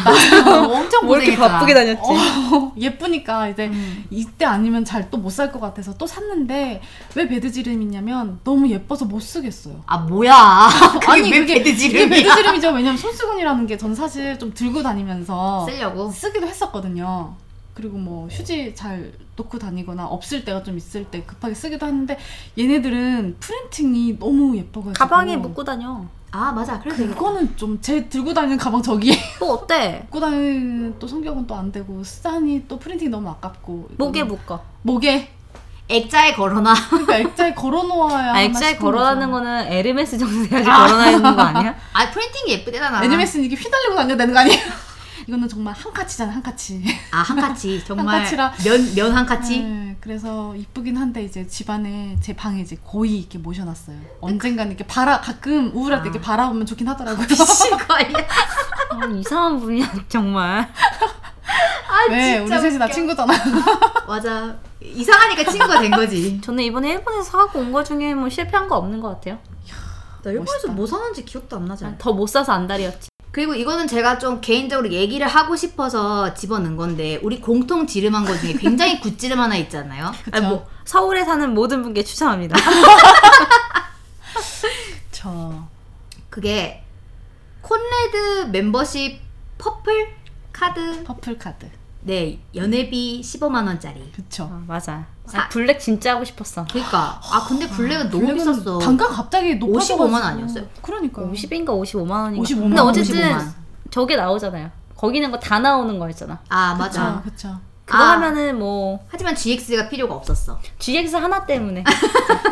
Speaker 1: 엄청
Speaker 2: 뭐 이렇게
Speaker 1: 고생했잖아.
Speaker 2: 바쁘게 다녔지?
Speaker 3: 어, 예쁘니까 이제
Speaker 1: 음.
Speaker 3: 이때 아니면 잘 또 못 살 것 같아서 또 샀는데 왜 배드지름이냐면 너무 예뻐서 못 쓰겠어요.
Speaker 1: 아 뭐야? 그게
Speaker 3: 아니,
Speaker 1: 왜
Speaker 3: 그게- 이게
Speaker 1: 배드지름이야?
Speaker 3: 배드지름이죠. 왜냐면 손수건이라는 게 전 사실 좀 들고
Speaker 1: 어.
Speaker 3: 다니면서
Speaker 1: 쓰려고.
Speaker 3: 쓰기도 했었거든요. 그리고 뭐 휴지 잘 놓고 다니거나 없을 때가 좀 있을 때 급하게 쓰기도 했는데 얘네들은 프린팅이 너무 예뻐가지고
Speaker 2: 가방에 묶고 다녀.
Speaker 1: 아 맞아. 그래서 이거-
Speaker 3: 그거는 좀 제 들고 다니는 가방 저기에
Speaker 2: 뭐 어때?
Speaker 3: 입고 다니는 또 성격은 또 안 되고 쓰다니 또 프린팅이 너무 아깝고
Speaker 2: 목에
Speaker 3: 이거는-
Speaker 2: 묶어.
Speaker 3: 목에
Speaker 1: 액자에 걸어놔.
Speaker 3: 그러니까 액자에 걸어놓아야
Speaker 2: 아,
Speaker 3: 하나
Speaker 2: 액자에
Speaker 3: 싶은 거죠.
Speaker 2: 걸어다는 거는 에르메스 정도 돼야지 걸어다니는 거 아니야?
Speaker 1: 아 프린팅이 예쁘대잖아.
Speaker 3: 애니메이스는 이게 휘날리고 다녀야 되는 거 아니에요? 이거는 정말 한 카치잖아 한 카치
Speaker 1: 아한 음. 카치 정말
Speaker 3: 카치라.
Speaker 1: 면면 한 카치.
Speaker 3: 네, 그래서 이쁘긴 한데 이제 집안에 제 방에 이제 고이 이렇게 모셔놨어요. 언젠간 이렇게 바라 가끔 우울할 때
Speaker 1: 아.
Speaker 3: 이렇게 바라보면 좋긴 하더라고요.
Speaker 1: 미친 거 아니야?
Speaker 2: 아, 이상한 분이야 정말.
Speaker 1: 아
Speaker 3: 왜 네, 우리
Speaker 1: 진짜
Speaker 3: 셋이 다
Speaker 1: 웃겨.
Speaker 3: 친구잖아.
Speaker 1: 맞아. 이상하니까 친구가 된 거지.
Speaker 2: 저는 이번에 일본에서 사갖고 온 거 중에 뭐 실패한 거 없는 것 같아요. 아,
Speaker 1: 나
Speaker 3: 일본에서
Speaker 1: 뭐 사는지 기억도 안 나지
Speaker 2: 더 못 사서 안달이었지.
Speaker 1: 아, 그리고 이거는 제가 좀 개인적으로 얘기를 하고 싶어서 집어넣은 건데 우리 공통 지름한 거 중에 굉장히 굿지름 하나 있잖아요.
Speaker 2: 아니, 뭐 서울에 사는 모든 분께 추천합니다.
Speaker 3: 저
Speaker 1: 그게 콘레드 멤버십 퍼플 카드
Speaker 3: 퍼플 카드.
Speaker 1: 네 연회비 15만 원짜리.
Speaker 3: 그쵸.
Speaker 2: 아, 맞아.
Speaker 1: 사-
Speaker 2: 아, 블랙 진짜 하고 싶었어.
Speaker 1: 그러니까 아 근데 블랙은 너무
Speaker 3: 블랙은
Speaker 1: 비쌌어.
Speaker 3: 단가 갑자기 높아져가지고.
Speaker 1: 55만 아니었어요?
Speaker 3: 그러니까.
Speaker 2: 50인가 55만 원인가.
Speaker 3: 55만
Speaker 2: 근데
Speaker 3: 원,
Speaker 2: 어쨌든
Speaker 1: 55만 원.
Speaker 2: 저게 나오잖아요. 거기 있는 거 다 나오는 거 있잖아.
Speaker 1: 아
Speaker 3: 그쵸,
Speaker 1: 맞아.
Speaker 3: 그쵸.
Speaker 2: 그거
Speaker 1: 아.
Speaker 2: 하면은 뭐
Speaker 1: 하지만 GX가 필요가 없었어.
Speaker 2: GX 하나 때문에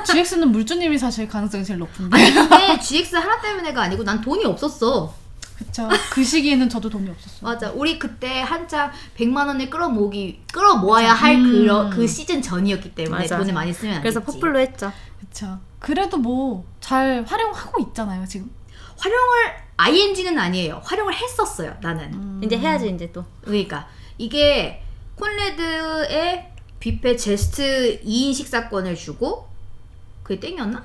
Speaker 3: GX는 물주님이 사실 가능성이 제일 높은데.
Speaker 1: 근데 GX 하나 때문에가 아니고 난 돈이 없었어.
Speaker 3: 그쵸. 그 시기에는 저도 돈이 없었어요.
Speaker 1: 맞아. 우리 그때 한창 100만 원을 끌어모기 끌어모아야 할
Speaker 3: 음.
Speaker 1: 그러, 그 시즌 전이었기 때문에
Speaker 2: 그렇죠. 맞아.
Speaker 1: 돈을 많이 쓰면 안
Speaker 2: 그래서
Speaker 1: 됐지.
Speaker 2: 퍼플로 했죠.
Speaker 3: 그쵸. 그래도 뭐 잘 활용하고 있잖아요 지금.
Speaker 1: 활용을 ING는 아니에요. 활용을 했었어요. 나는.
Speaker 3: 음.
Speaker 2: 이제 해야지 이제 또.
Speaker 1: 그러니까 이게 콘레드의 뷔페 제스트 2인 식사권을 주고 그게 땡이었나?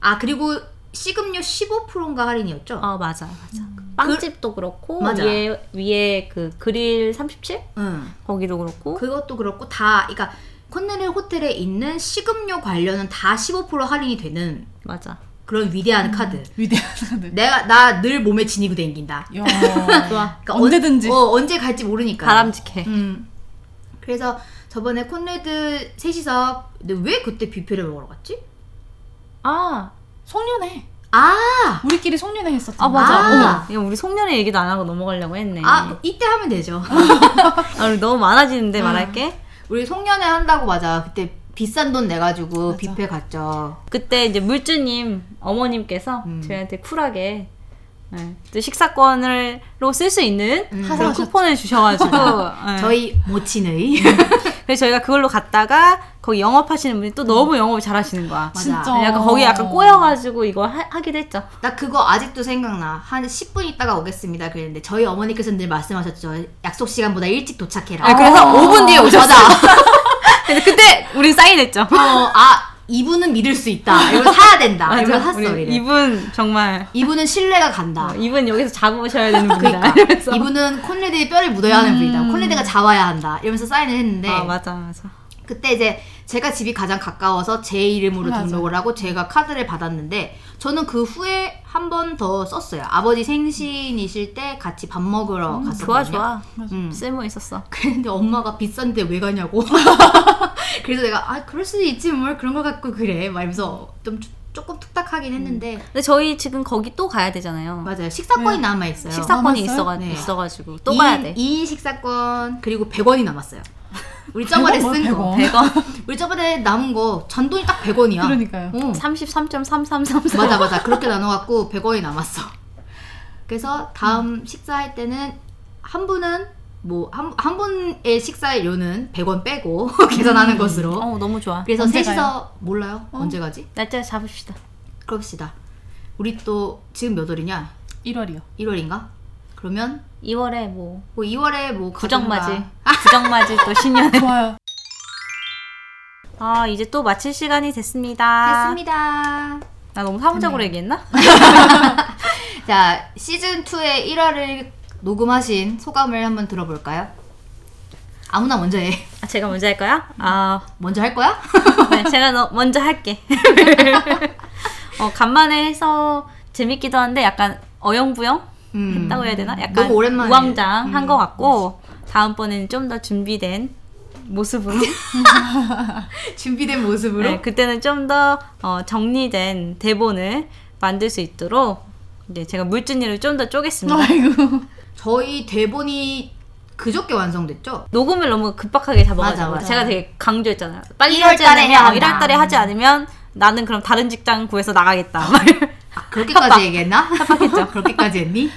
Speaker 1: 아 그리고 식음료 15%인가 할인이었죠?
Speaker 2: 어 맞아 맞아. 빵집도 그렇고
Speaker 1: 맞아.
Speaker 2: 위에 위에 그 그릴 37
Speaker 1: 응.
Speaker 2: 거기도 그렇고.
Speaker 1: 그것도 그렇고 다 그러니까 콘네르 호텔에 있는 식음료 관련은 다 15% 할인이 되는
Speaker 2: 맞아.
Speaker 1: 그런 위대한
Speaker 3: 음.
Speaker 1: 카드.
Speaker 3: 위대한 사람들.
Speaker 1: 내가 나 늘 몸에 지니고 댕긴다.
Speaker 3: 이야.
Speaker 1: 네. 그러니까
Speaker 3: 언제든지.
Speaker 1: 언, 어, 언제 갈지 모르니까.
Speaker 2: 바람직해.
Speaker 1: 음. 그래서 저번에 콘레드 셋이서 근데 왜 그때 뷔페를 먹으러 갔지?
Speaker 2: 아,
Speaker 3: 송년회.
Speaker 1: 아,
Speaker 3: 우리끼리 송년회 했었잖아.
Speaker 2: 아 맞아.
Speaker 1: 아.
Speaker 2: 어머, 이거 우리 송년회 얘기도 안 하고 넘어가려고 했네.
Speaker 1: 아 이때 하면 되죠.
Speaker 2: 아, 우리 너무 많아지는데
Speaker 1: 음.
Speaker 2: 말할게.
Speaker 1: 우리 송년회 한다고 맞아. 그때 비싼 돈 내가지고
Speaker 3: 맞아.
Speaker 1: 뷔페 갔죠.
Speaker 2: 그때 이제 물주님 어머님께서
Speaker 1: 음.
Speaker 2: 저희한테 쿨하게 네, 또 식사권으로 쓸 수 있는
Speaker 1: 음.
Speaker 2: 그런
Speaker 3: 하사하셨죠.
Speaker 2: 쿠폰을 주셔가지고 네.
Speaker 1: 저희 모친의
Speaker 2: 그래서 저희가 그걸로 갔다가 거기 영업하시는 분이 또 너무 영업을 잘하시는 거야.
Speaker 1: 맞아.
Speaker 3: 진짜.
Speaker 2: 네, 약간 거기 약간 꼬여가지고 이거 하, 하기도 했죠.
Speaker 1: 나 그거 아직도 생각나. 한 10분 있다가 오겠습니다. 그랬는데 저희 어머니께서 늘 말씀하셨죠. 약속 시간보다 일찍 도착해라.
Speaker 2: 네, 그래서 5분 뒤에 오셨어.
Speaker 1: 맞아.
Speaker 2: 근데 그때 우린 사인했죠.
Speaker 1: 어, 아 이분은 믿을 수 있다. 이걸 사야 된다. 이걸 샀어.
Speaker 2: 우리
Speaker 1: 우리는.
Speaker 2: 이분 정말
Speaker 1: 이분은 신뢰가 간다.
Speaker 2: 어, 이분 여기서 잡으셔야 되는 분이다.
Speaker 1: 그러니까
Speaker 2: 이러면서 음.
Speaker 1: 이분은 콘레드의 뼈를 묻어야 하는 분이다. 콘레드가 자와야 한다. 이러면서 사인을 했는데
Speaker 2: 아 맞아 맞아.
Speaker 1: 그때 이제 제가 집이 가장 가까워서 제 이름으로
Speaker 3: 맞아.
Speaker 1: 등록을 하고 제가 카드를 받았는데 저는 그 후에 한 번 더 썼어요. 아버지 생신이실 때 같이 밥 먹으러 갔었거든요.
Speaker 2: 좋아 좋아.
Speaker 1: 음.
Speaker 2: 쓸모 있었어.
Speaker 1: 근데 엄마가 비싼데 왜 가냐고. 그래서 내가 아 그럴 수도 있지 뭘 그런 거 갖고 그래. 막 이러면서 좀 조- 조금 툭탁하긴
Speaker 3: 음.
Speaker 1: 했는데
Speaker 2: 근데 저희 지금 거기 또 가야 되잖아요.
Speaker 1: 맞아요. 식사권이
Speaker 3: 네.
Speaker 1: 남아 있어요.
Speaker 2: 식사권이
Speaker 3: 남았어요?
Speaker 2: 있어가,
Speaker 1: 네.
Speaker 2: 있어가지고 또 가야 돼.
Speaker 1: 2인 식사권 그리고 100원이 남았어요. 우리 저번에
Speaker 3: 백원 뭐야,
Speaker 1: 쓴 거. 네.
Speaker 3: 백원?
Speaker 2: 100원
Speaker 1: 우리 저번에 남은 거 잔돈이 딱 100원이야.
Speaker 3: 그러니까요.
Speaker 1: 어.
Speaker 2: 33.3333.
Speaker 1: 맞아 맞아. 그렇게 나눠 갖고 100원이 남았어. 그래서 다음 식사할 때는 한 분은 뭐 한 한 분의 식사료는 100원 빼고
Speaker 3: 음.
Speaker 1: 계산하는 것으로.
Speaker 2: 어 너무 좋아.
Speaker 1: 그래서
Speaker 3: 언제
Speaker 1: 셋이서 몰라요. 언제 가지?
Speaker 2: 날짜 잡읍시다.
Speaker 1: 그럽시다. 우리 또 지금 몇 월이냐?
Speaker 3: 1월이요.
Speaker 1: 1월인가? 그러면
Speaker 2: 2월에 뭐
Speaker 1: 뭐 2월에 뭐
Speaker 2: 부정맞이,
Speaker 1: 가든가.
Speaker 2: 부정맞이 또 신년에.
Speaker 3: 좋아요.
Speaker 2: 아 이제 또 마칠 시간이 됐습니다.
Speaker 1: 아. 됐습니다.
Speaker 2: 나 너무 사무적으로 얘기했나?
Speaker 1: 자, 시즌 2의 1화를 녹음하신 소감을 한번 들어볼까요? 아무나 먼저 해.
Speaker 2: 아, 제가 먼저 할 거야? 아
Speaker 1: 먼저 할 거야?
Speaker 2: 네, 제가 너, 먼저 할게. 어 간만에 해서 재밌기도 한데 약간 어영부영
Speaker 1: 음.
Speaker 2: 했다고 해야 되나? 약간
Speaker 1: 너무 오랜만에.
Speaker 2: 우왕좌왕 한 것 같고 다음번에는 좀 더 준비된 모습으로
Speaker 1: 준비된 모습으로.
Speaker 2: 네, 그때는 좀 더 어, 정리된 대본을 만들 수 있도록 이제 제가 물준이를 좀 더 쪼겠습니다.
Speaker 3: 아이고.
Speaker 1: 저희 대본이 그저께 완성됐죠?
Speaker 2: 녹음을 너무 급박하게
Speaker 1: 맞아,
Speaker 2: 잡아가지고
Speaker 1: 맞아.
Speaker 2: 제가 되게 강조했잖아요. 빨리
Speaker 1: 1월
Speaker 2: 하지
Speaker 1: 달에 해야
Speaker 2: 않으면
Speaker 1: 한다.
Speaker 2: 1월 달에 하지 않으면 나는 그럼 다른 직장 구해서 나가겠다. 막 이런-
Speaker 1: 아, 그렇게까지 얘기했나? 협박했죠. 그렇게까지 했니?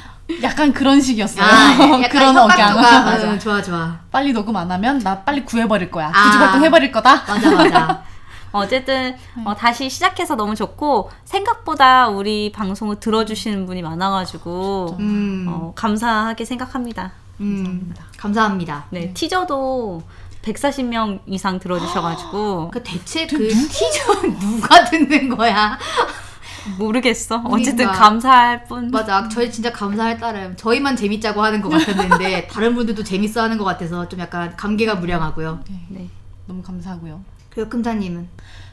Speaker 3: 약간 그런 식이었어요.
Speaker 2: 아, 예,
Speaker 1: 약간
Speaker 3: 그런
Speaker 1: 협박조가,
Speaker 3: 억양.
Speaker 1: 응, 좋아, 좋아.
Speaker 3: 빨리 녹음 안 하면 나 빨리 구해버릴 거야.
Speaker 1: 아.
Speaker 3: 구직 활동 해버릴 거다.
Speaker 1: 맞아, 맞아.
Speaker 2: 어쨌든
Speaker 1: 네.
Speaker 2: 어, 다시 시작해서 너무 좋고 생각보다 우리 방송을 들어주시는 분이 많아가지고
Speaker 1: 음,
Speaker 2: 어, 감사하게 생각합니다.
Speaker 1: 음, 감사합니다.
Speaker 2: 네, 티저도 140명 이상 들어주셔가지고
Speaker 1: 그 대체 그 티저 누가 듣는 거야?
Speaker 2: 모르겠어. 어쨌든
Speaker 1: 그 우리가-
Speaker 2: 감사할 뿐.
Speaker 1: 맞아. 저희 진짜 감사할 따름. 저희만 재밌자고 하는 것 같았는데 다른 분들도 재밌어 하는 것 같아서 좀 약간 감개가 무량하고요.
Speaker 2: 네.
Speaker 3: 너무 감사하고요.
Speaker 1: 그리고 금사님은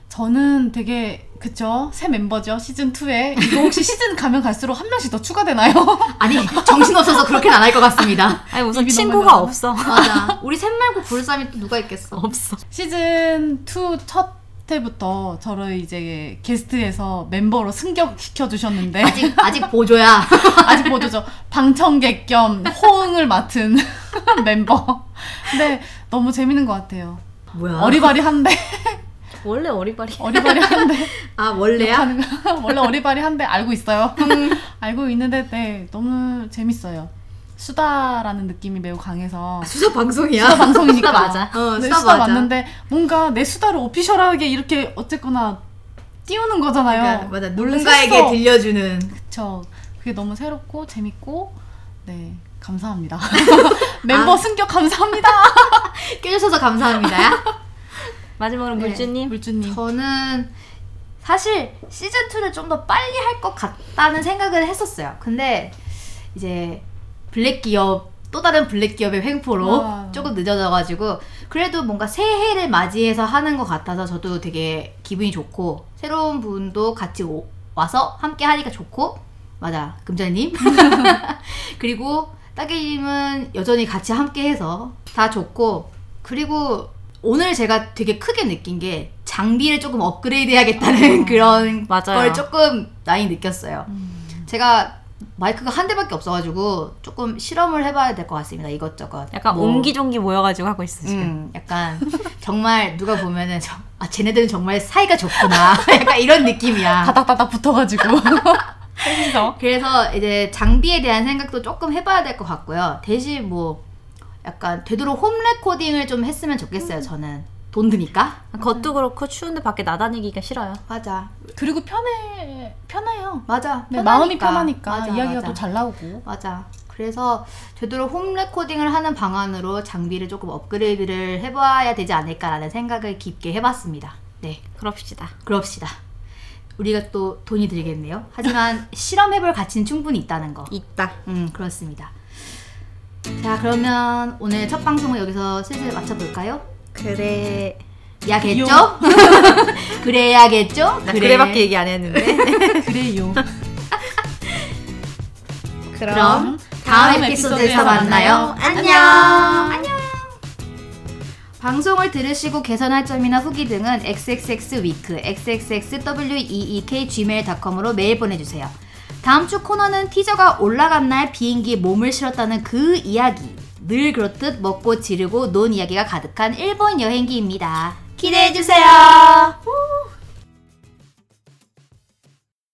Speaker 3: 저는 되게 그쵸 새 멤버죠 시즌 2에 이거 혹시 시즌 가면 갈수록 한 명씩 더 추가되나요?
Speaker 1: 아니 정신 없어서 그렇게는 안 할 것 같습니다.
Speaker 2: 아니 우선
Speaker 3: 입이 너무
Speaker 2: 친구가
Speaker 3: 많아.
Speaker 2: 없어.
Speaker 1: 맞아. 우리 셋 말고 부를 사람이 또 누가 있겠어?
Speaker 2: 없어.
Speaker 3: 시즌 2 첫 때부터 저를 이제 게스트에서 멤버로 승격시켜 주셨는데
Speaker 1: 아직 아직 보조야.
Speaker 3: 아직 보조죠. 방청객 겸 호응을 맡은 멤버. 근데 너무 재밌는 것 같아요.
Speaker 1: 뭐야?
Speaker 3: 어리바리한데
Speaker 2: 원래 어리바리.
Speaker 3: 어리바리한데
Speaker 1: 아 원래야?
Speaker 3: 욕하는 거 원래 어리바리한데 알고 있어요.
Speaker 1: 음.
Speaker 3: 알고 있는데 네, 너무 재밌어요. 수다라는 느낌이 매우 강해서
Speaker 1: 수사 방송이야.
Speaker 3: 수다 방송이니까
Speaker 2: 수다 맞아.
Speaker 1: 어,
Speaker 3: 네,
Speaker 1: 수다
Speaker 3: 수다,
Speaker 1: 맞아.
Speaker 3: 맞는데 뭔가 내 수다를 오피셜하게 이렇게 어쨌거나 띄우는
Speaker 1: 그러니까,
Speaker 3: 거잖아요.
Speaker 1: 맞아. 누군가에게
Speaker 3: 했어.
Speaker 1: 들려주는.
Speaker 3: 그쵸. 그게 너무 새롭고 재밌고 네 감사합니다. 멤버
Speaker 1: 아.
Speaker 3: 승격 감사합니다.
Speaker 1: 껴주셔서 감사합니다.
Speaker 2: 마지막으로
Speaker 1: 네.
Speaker 2: 물주님.
Speaker 3: 물주님.
Speaker 1: 저는 사실 시즌 2를 좀 더 빨리 할 것 같다는 생각을 했었어요. 근데 이제 블랙 기업 또 다른 블랙 기업의 횡포로
Speaker 3: 와.
Speaker 1: 조금 늦어져가지고 그래도 뭔가 새해를 맞이해서 하는 것 같아서 저도 되게 기분이 좋고 새로운 분도 같이 오- 와서 함께 하니까 좋고 맞아 금자님 그리고 따개님은 여전히 같이 함께 해서 다 좋고 그리고 오늘 제가 되게 크게 느낀 게 장비를 조금 업그레이드 해야겠다는
Speaker 3: 어,
Speaker 1: 그런
Speaker 2: 아, 맞아요. 음.
Speaker 1: 걸 조금 많이 느꼈어요 제가 마이크가 한 대밖에 없어가지고 조금 실험을 해봐야 될 것 같습니다 이것저것
Speaker 2: 약간
Speaker 1: 뭐,
Speaker 2: 옹기종기 모여가지고 하고 있어 지금.
Speaker 1: 음, 약간 정말 누가 보면은 저, 아 쟤네들은 정말 사이가 좋구나 약간 이런 느낌이야
Speaker 3: 아. 다닥다닥 붙어가지고 셋이서
Speaker 1: 그래서 이제 장비에 대한 생각도 조금 해봐야 될 것 같고요. 대신 뭐 약간 되도록 홈 레코딩을 좀 했으면
Speaker 3: 음.
Speaker 1: 좋겠어요. 저는 돈 드니까.
Speaker 2: 겉도 아, 그렇고 추운데 밖에 나다니기가 싫어요.
Speaker 1: 맞아,
Speaker 3: 그리고 편해 편해요.
Speaker 1: 맞아.
Speaker 3: 네,
Speaker 1: 편하니까.
Speaker 3: 마음이 편하니까
Speaker 1: 맞아,
Speaker 3: 이야기가
Speaker 1: 맞아.
Speaker 3: 또 잘 나오고
Speaker 1: 맞아. 그래서 되도록 홈 레코딩을 하는 방안으로 장비를 조금 업그레이드를 해봐야 되지 않을까라는 생각을 깊게 해봤습니다. 네,
Speaker 2: 그럽시다.
Speaker 1: 그럽시다. 우리가 또 돈이 들겠네요. 하지만 실험해볼 가치는 충분히 있다는 거.
Speaker 2: 있다.
Speaker 1: 음 그렇습니다. 자 그러면 오늘 첫 방송을 여기서 슬슬 마쳐볼까요?
Speaker 2: 그래.
Speaker 1: 야겠죠? 네, 그래야겠죠?
Speaker 2: 나 그래. 밖에 얘기 안 했는데.
Speaker 3: 그래요.
Speaker 1: 그럼 다음 에피소드에서 만나요. 안녕. 안녕. 방송을 들으시고 개선할 점이나 후기 등은 xxxweek xxxweekgmail.com으로 메일 보내주세요. 다음 주 코너는 티저가 올라간 날 비행기에 몸을 실었다는 그 이야기. 늘 그렇듯 먹고 지르고 논 이야기가 가득한 일본 여행기입니다. 기대해 주세요.